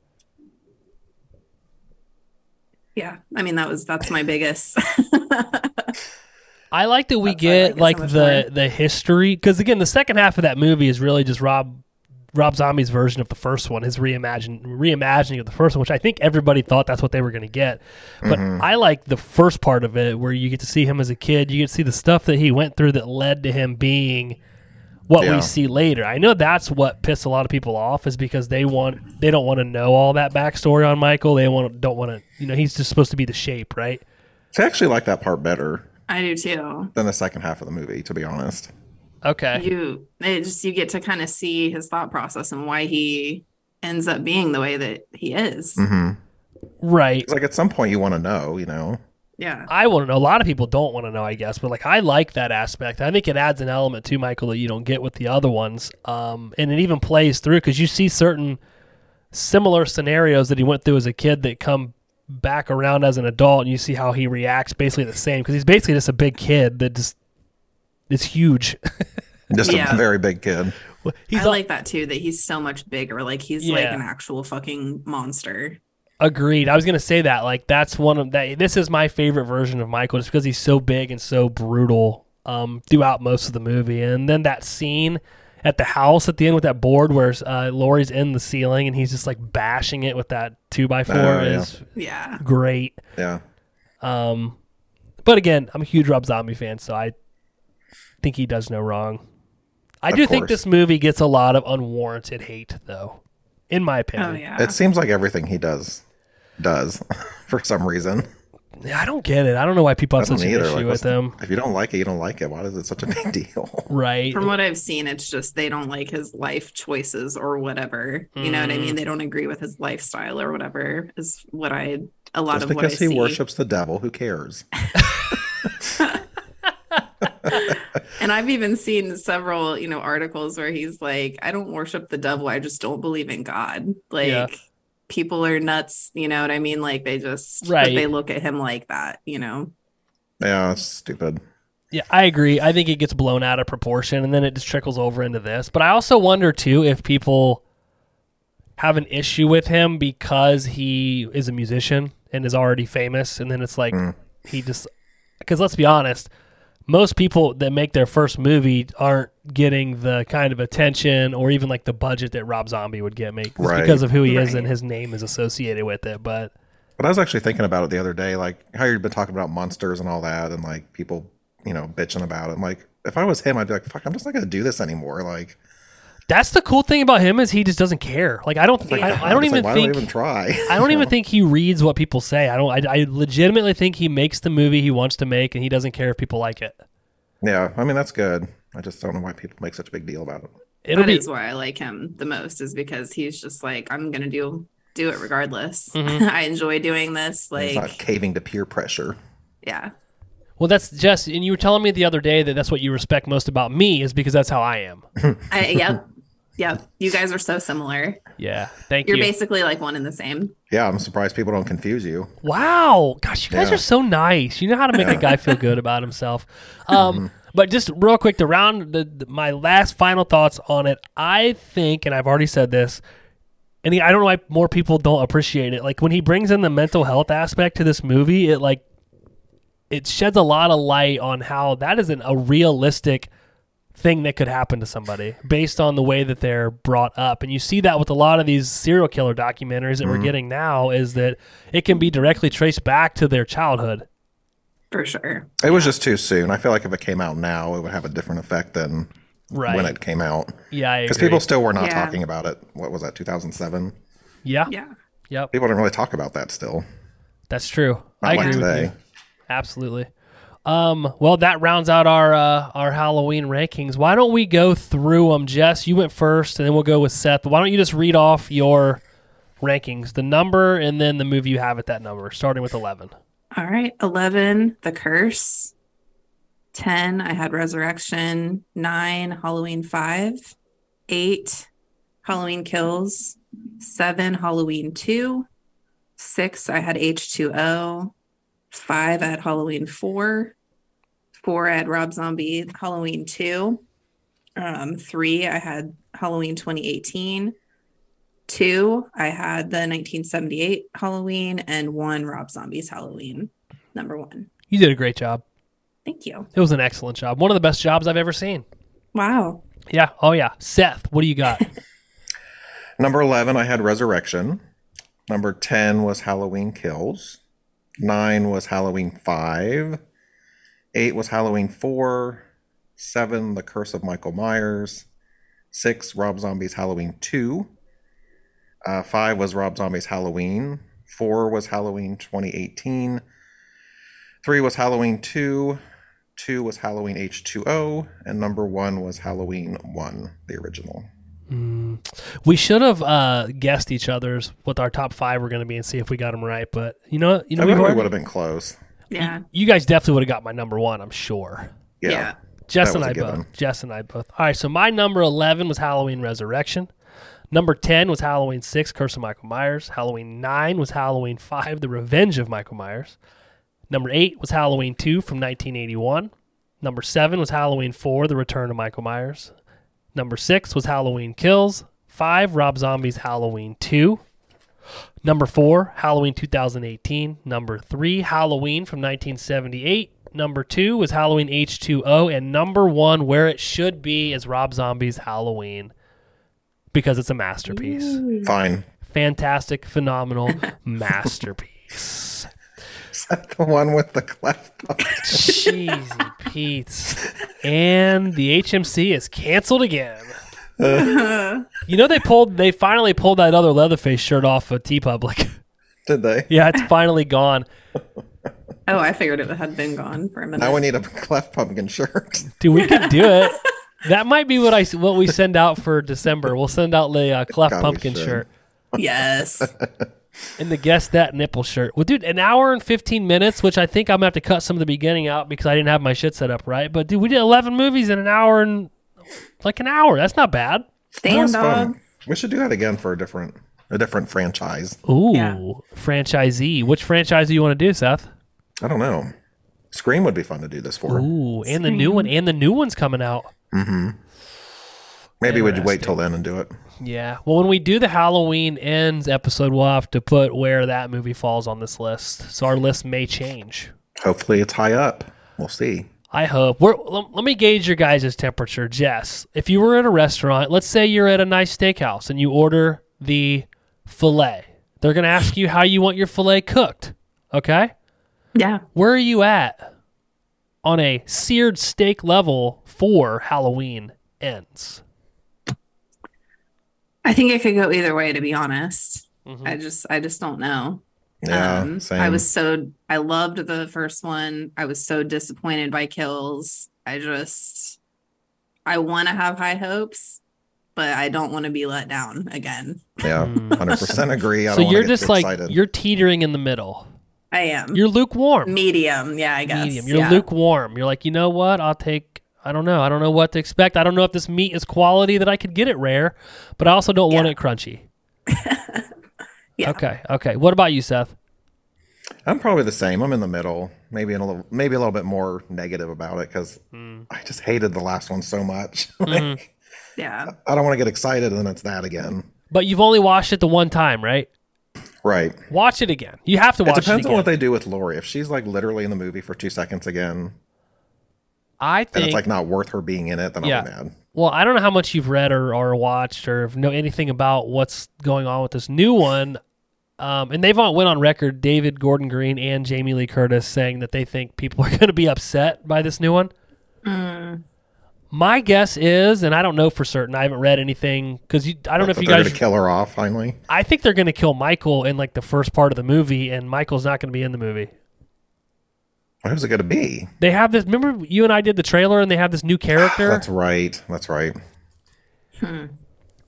yeah, I mean that was that's my biggest. I like that we That's why I like get it so like much the more. the history because again, the second half of that movie is really just Rob Rob Zombie's version of the first one, his reimagined reimagining of the first one, which I think everybody thought that's what they were going to get. But Mm-hmm. I like the first part of it where you get to see him as a kid, you get to see the stuff that he went through that led to him being what Yeah. we see later. I know that's what pissed a lot of people off is because they want they don't want to know all that backstory on Michael. They want don't want to you know he's just supposed to be the shape, right? So I actually like that part better I do too. than the second half of the movie, to be honest. Okay. you it just you get to kind of see his thought process and why he ends up being the way that he is Mm. Right. Mm-hmm. It's like at some point you want to know, you know. yeah I want to know. A lot of people don't want to know, I guess, but like I like that aspect. I think it adds an element to Michael that you don't get with the other ones, um, and it even plays through because you see certain similar scenarios that he went through as a kid that come back around as an adult, and you see how he reacts basically the same because he's basically just a big kid that just is huge. Just Yeah. a very big kid. he's i a- like that too that he's so much bigger like he's like Yeah. an actual fucking monster Agreed. I was gonna say that. Like that's one of that. This is my favorite version of Michael, just because he's so big and so brutal um, throughout most of the movie. And then that scene at the house at the end with that board where uh, Lori's in the ceiling and he's just like bashing it with that two by four Oh, yeah. is yeah great. Yeah. Um, but again, I'm a huge Rob Zombie fan, so I think he does no wrong. I Of do think course. this movie gets a lot of unwarranted hate, though, in my opinion. oh yeah It seems like everything he does does for some reason. I don't get it. I don't know why people I have don't such an either. issue Like, with what's- them. If you don't like it, you don't like it. Why is it such a big deal? Right. from what i've seen it's just they don't like his life choices or whatever you know what i Mm. mean they don't agree with his lifestyle or whatever is what i a lot Just of what i because he see worships the devil, who cares? and i've even seen several you know articles where he's like i don't worship the devil i just don't believe in god like Yeah. people are nuts you know what i mean like they just but Right. they look at him like that you know Yeah, it's stupid. Yeah, I agree. I think it gets blown out of proportion and then it just trickles over into this. But I also wonder too if people have an issue with him because he is a musician and is already famous and then it's like Hmm. he just cuz let's be honest, most people that make their first movie aren't getting the kind of attention or even like the budget that Rob Zombie would get make just Right. because of who he is Right. and his name is associated with it, but But I was actually thinking about it the other day, like how you've been talking about monsters and all that, and like people, you know, bitching about it. I'm like, if I was him, I'd be like, fuck, I'm just not gonna do this anymore. Like, That's the cool thing about him is he just doesn't care. Like I don't, think I, I don't It's like, even why think do I even try? I don't even think he reads what people say. I don't. I, I legitimately think he makes the movie he wants to make, and he doesn't care if people like it. yeah, I mean that's good. I just don't know why people make such a big deal about it. It'll That be is why I like him the most is because he's just like I'm gonna do do it regardless. Mhm. I enjoy doing this. It's not Like caving to peer pressure. yeah, well. That's Jess, and you were telling me the other day that that's what you respect most about me is because that's how I am. I yep yep. You guys are so similar. Yeah, thank You're you. basically like one and the same. Yeah, I'm surprised people don't confuse you. Wow, gosh, you guys Yeah. are so nice. You know how to make a guy feel good about himself. Um, but just real quick, to round the, the- my last final thoughts on it, I think, and I've already said this, and I don't know why more people don't appreciate it. Like when he brings in the mental health aspect to this movie, it like it sheds a lot of light on how that isn't a realistic thing that could happen to somebody based on the way that they're brought up and you see that with a lot of these serial killer documentaries that Mm-hmm. we're getting now is that it can be directly traced back to their childhood For sure. It was just too soon. I feel like if it came out now, it would have a different effect than right when it came out yeah I because agree. people still were not Yeah. talking about it. What was that? 2007. yeah, Yeah. yep People didn't really talk about that still. that's true Not i like agree today. with you absolutely um well that rounds out our uh, our halloween rankings why don't we go through them jess you went first and then we'll go with seth why don't you just read off your rankings the number and then the movie you have at that number starting with 11 All right. 11, The Curse. 10, I had Resurrection. 9, Halloween 5. 8, Halloween Kills. 7, Halloween 2. 6, I had H2O. 5, I had Halloween 4. 4, I had Rob Zombie Halloween 2. Um, 3, I had Halloween 2018. 2, I had the 1978 Halloween. And 1, Rob Zombie's Halloween, number 1. you did a great job Thank you. It was an excellent job. One of the best jobs I've ever seen. Wow. Yeah. Oh yeah. Seth, what do you got? Number 11, I had Resurrection. Number 10 was Halloween Kills. 9 was Halloween 5. 8 was Halloween 4. 7, The Curse of Michael Myers. 6, Rob Zombie's Halloween 2. Uh, 5 was Rob Zombie's Halloween. 4 was Halloween 2018. 3 was Halloween 2. 2 was Halloween H2O. And number 1 was Halloween 1, the original. Mm. we should have uh, guessed each other's what our top five were going to be and see if we got them right. But you know, you know, That we've really already- would have been close. Yeah. you guys definitely would have got my number one. I'm sure. Yeah. Jess That and was a I given. both. Jess and I both. All right. So my number eleven was Halloween Resurrection. Number ten was Halloween Six: Curse of Michael Myers. Halloween Nine was Halloween Five: The Revenge of Michael Myers. Number eight was Halloween Two from 1981. Number seven was Halloween Four: The Return of Michael Myers. Number six was Halloween Kills. Five, Rob Zombie's Halloween 2. Number four, Halloween 2018. Number three, Halloween from 1978. Number two was Halloween H2O. And number one, where it should be, is Rob Zombie's Halloween because it's a masterpiece. Hmm. Fine. Fantastic, phenomenal masterpiece. Is that the one with the cleft? Jeezy Pete's. And the HMC is canceled again. you know they pulled they finally pulled that other Leatherface shirt off of T Public. Did they? yeah, it's finally gone. Oh, I figured it had been gone for a minute. Now we need a cleft pumpkin shirt. Dude, we can do it. That might be what I s- what we send out for December. We'll send out the uh, cleft God, we pumpkin should. shirt yes. and the guess that nipple shirt. Well, dude, an hour and fifteen minutes, which I think I'm gonna have to cut some of the beginning out because I didn't have my shit set up right. But dude, we did eleven movies in an hour and like an hour. That's not bad. That Damn was dog. fun. We should do that again for a different a different franchise. Ooh, Yeah. franchisee. Which franchise do you want to do, Seth? I don't know. Scream would be fun to do this for. Ooh, and the new one, and the new one's coming out. Maybe we'd wait till then and do it. Yeah. Well, when we do the Halloween ends episode, we'll have to put where that movie falls on this list. So our list may change. Hopefully it's high up. We'll see. I hope. We're, let, let me gauge your guys' temperature, Jess. If you were at a restaurant, let's say you're at a nice steakhouse and you order the fillet, they're going to ask you how you want your fillet cooked. Okay. Yeah. Where are you at on a seared steak level for Halloween ends? I think it could go either way, to be honest. Mhm. I just, I just don't know. Yeah, um, same. I was so, I loved the first one. I was so disappointed by kills. I just, I want to have high hopes, but I don't want to be let down again. yeah, Mm. hundred percent agree. I so don't wanna you're get just too like excited. you're teetering in the middle. I am You're lukewarm. medium. Yeah, I guess. Medium. You're yeah. lukewarm. You're like, you know what? I'll take. I don't know. I don't know what to expect. I don't know if this meat is quality that I could get it rare, but I also don't want Yeah. it crunchy. Yeah. Okay. Okay. What about you, Seth? I'm probably the same. I'm in the middle, maybe in a little, maybe a little bit more negative about it because Hmm. I just hated the last one so much. Like, Yeah. I don't want to get excited and then it's that again. But you've only watched it the one time, right? Right. Watch it again. You have to watch it it, depends again. on what they do with Lori. If she's like literally in the movie for two seconds again, I and think. it's like not worth her being in it, then Yeah. I'll be mad. well, I don't know how much you've read or, or watched or know anything about what's going on with this new one. Um, and they've on, went on record, David Gordon Green and Jamie Lee Curtis, saying that they think people are going to be upset by this new one. Mm. My guess is, and I don't know for certain. I haven't read anything because I don't know if That you they're guys. gonna kill her off finally. I think they're going to kill Michael in like the first part of the movie, and Michael's not going to be in the movie. Who's it gonna be? They have this. Remember, you and I did the trailer, and they have this new character. That's right. That's right.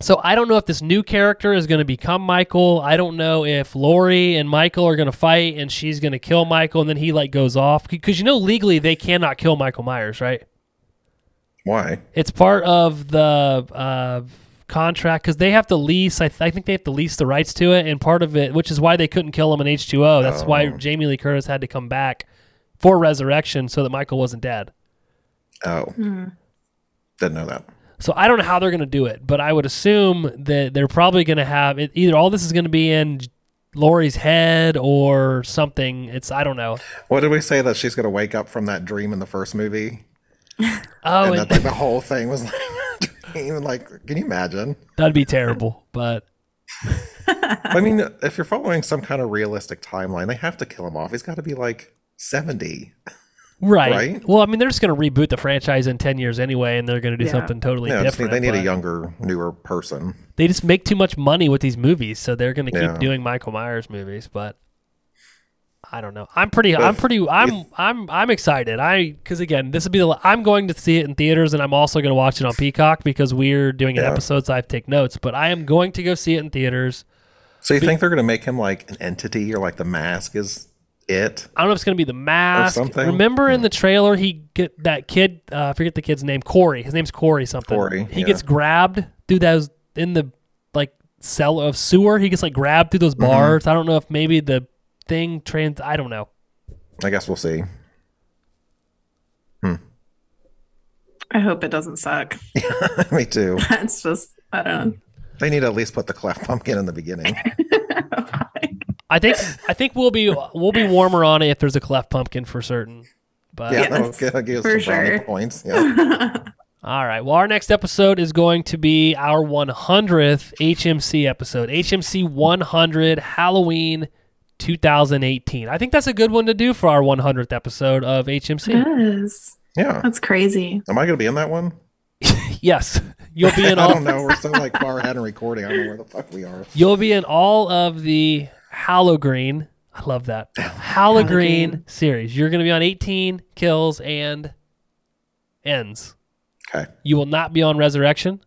So I don't know if this new character is going to become Michael. I don't know if Lori and Michael are going to fight, and she's going to kill Michael, and then he like goes off because you know legally they cannot kill Michael Myers, right? Why? It's part of the uh, contract because they have to lease. I, th- I think they have to lease the rights to it, and part of it, which is why they couldn't kill him in H two O. That's why Oh. Jamie Lee Curtis had to come back for Resurrection so that Michael wasn't dead. Oh. Hmm. Didn't know that. So I don't know how they're going to do it, but I would assume that they're probably going to have it, either all this is going to be in J- Lori's head or something. It's I don't know. What did we say that she's gonna wake up from that dream in the first movie? Oh, and and that like, the whole thing was like a dream. and, Like, can you imagine? that'd be terrible. But I mean, if you're following some kind of realistic timeline, they have to kill him off. He's got to be like 70. right. Right? Well, I mean, they're just going to reboot the franchise in ten years anyway, and they're going to do Yeah. something totally No, just need- different. they need a but- younger, newer person. they just make too much money with these movies, so they're going to keep Yeah. doing Michael Myers movies. But I don't know. I'm pretty. But I'm if- pretty. I'm. I'm. I'm excited. I because again, this would be the. la- I'm going to see it in theaters, and I'm also going to watch it on Peacock because we're doing an Yeah. episode, so I have to take notes. But I am going to go see it in theaters. So you think they're going to make him like an entity or like the mask is it? I don't know if it's going to be the mask. something. Hmm. Remember in the trailer, he get that kid. Uh, I forget the kid's name. Corey. His name's Corey something. Corey, He yeah. gets grabbed through those in the like cell of sewer. He gets like grabbed through those Mm-hmm. bars. I don't know if maybe the thing trans. I don't know. I guess we'll see. I hope it doesn't suck. Me too. That's just, I don't know. They need to at least put the cleft pumpkin in the beginning. I think I think we'll be we'll be warmer on it if there's a cleft pumpkin for certain. But Yeah, that'll Yes, give, that'll give us for some brownie sure. points. Yeah. all right. Well, our next episode is going to be our 100th HMC episode. HMC 100 Halloween 2018. I think that's a good one to do for our 100th episode of HMC. Mm-hmm. Yes. yeah. That's crazy. Am I going to be in that one? yes, you'll be I in all don't know. We're so like far ahead in recording. I don't know where the fuck we are. You'll be in all of the Halloween. I love that Halloween series. You're going to be on 18 kills and ends. Okay. You will not be on Resurrection.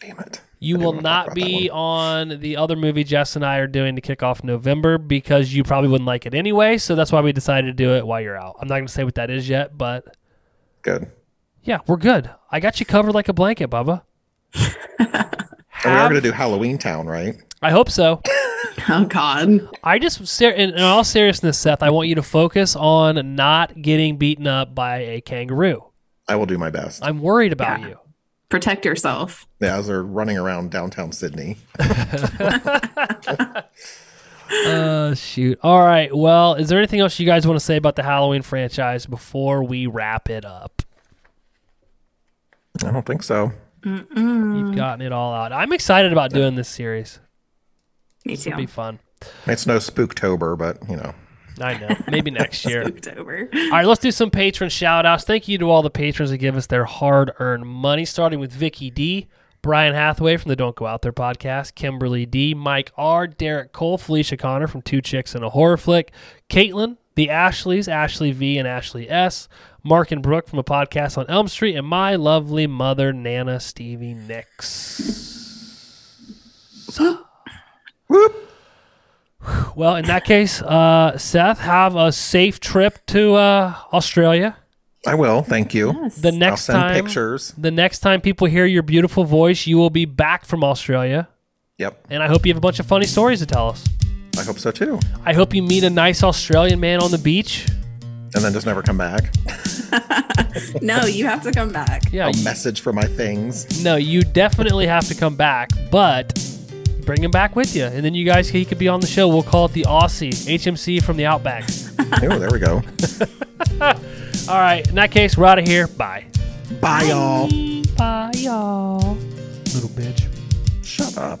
Damn it. You I didn't will wanna talk not about that be on the other movie Jess and I are doing to kick off November because you probably wouldn't like it anyway. So that's why we decided to do it while you're out. I'm not going to say what that is yet, but Good. yeah, we're good. I got you covered like a blanket, Bubba. And we are Have- going to do Halloween Town, right? I hope so. Oh, God. I just, ser- in, in all seriousness, Seth, I want you to focus on not getting beaten up by a kangaroo. I will do my best. I'm worried about Yeah. you. Protect yourself. Yeah, as they're running around downtown Sydney. Uh, shoot. All right. Well, is there anything else you guys want to say about the Halloween franchise before we wrap it up? I don't think so. You've gotten it all out. I'm excited about doing this series. Me It'll be too. fun. It's no Spooktober, but you know. I know. Maybe next year. October. All right, let's do some patron shout outs. Thank you to all the patrons that give us their hard earned money, starting with Vicky D, Brian Hathaway from the Don't Go Out There podcast, Kimberly D, Mike R, Derek Cole, Felicia Connor from Two Chicks and a Horror Flick, Caitlin, the Ashleys, Ashley V and Ashley S, Mark and Brooke from a podcast on Elm Street, and my lovely mother, Nana Stevie Nicks. Well, in that case, uh, Seth, have a safe trip to uh, Australia. I will. Thank you. The I'll next send time, pictures. the next time people hear your beautiful voice, you will be back from Australia, Yep. and I hope you have a bunch of funny stories to tell us. I hope so too. I hope you meet a nice Australian man on the beach. And then just never come back. No, you have to come back. Yeah, A you- message for my things. no, you definitely have to come back, but bring him back with you, and then you guys he could be on the show. We'll call it the Aussie HMC from the Outback. Oh, there we go. All right, in that case, we're out of here. Bye. Bye, y'all. Bye, y'all. Little bitch. Shut up.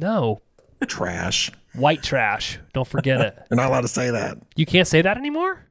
No, Trash. white trash. Don't forget it. You're not allowed to say that. You can't say that anymore?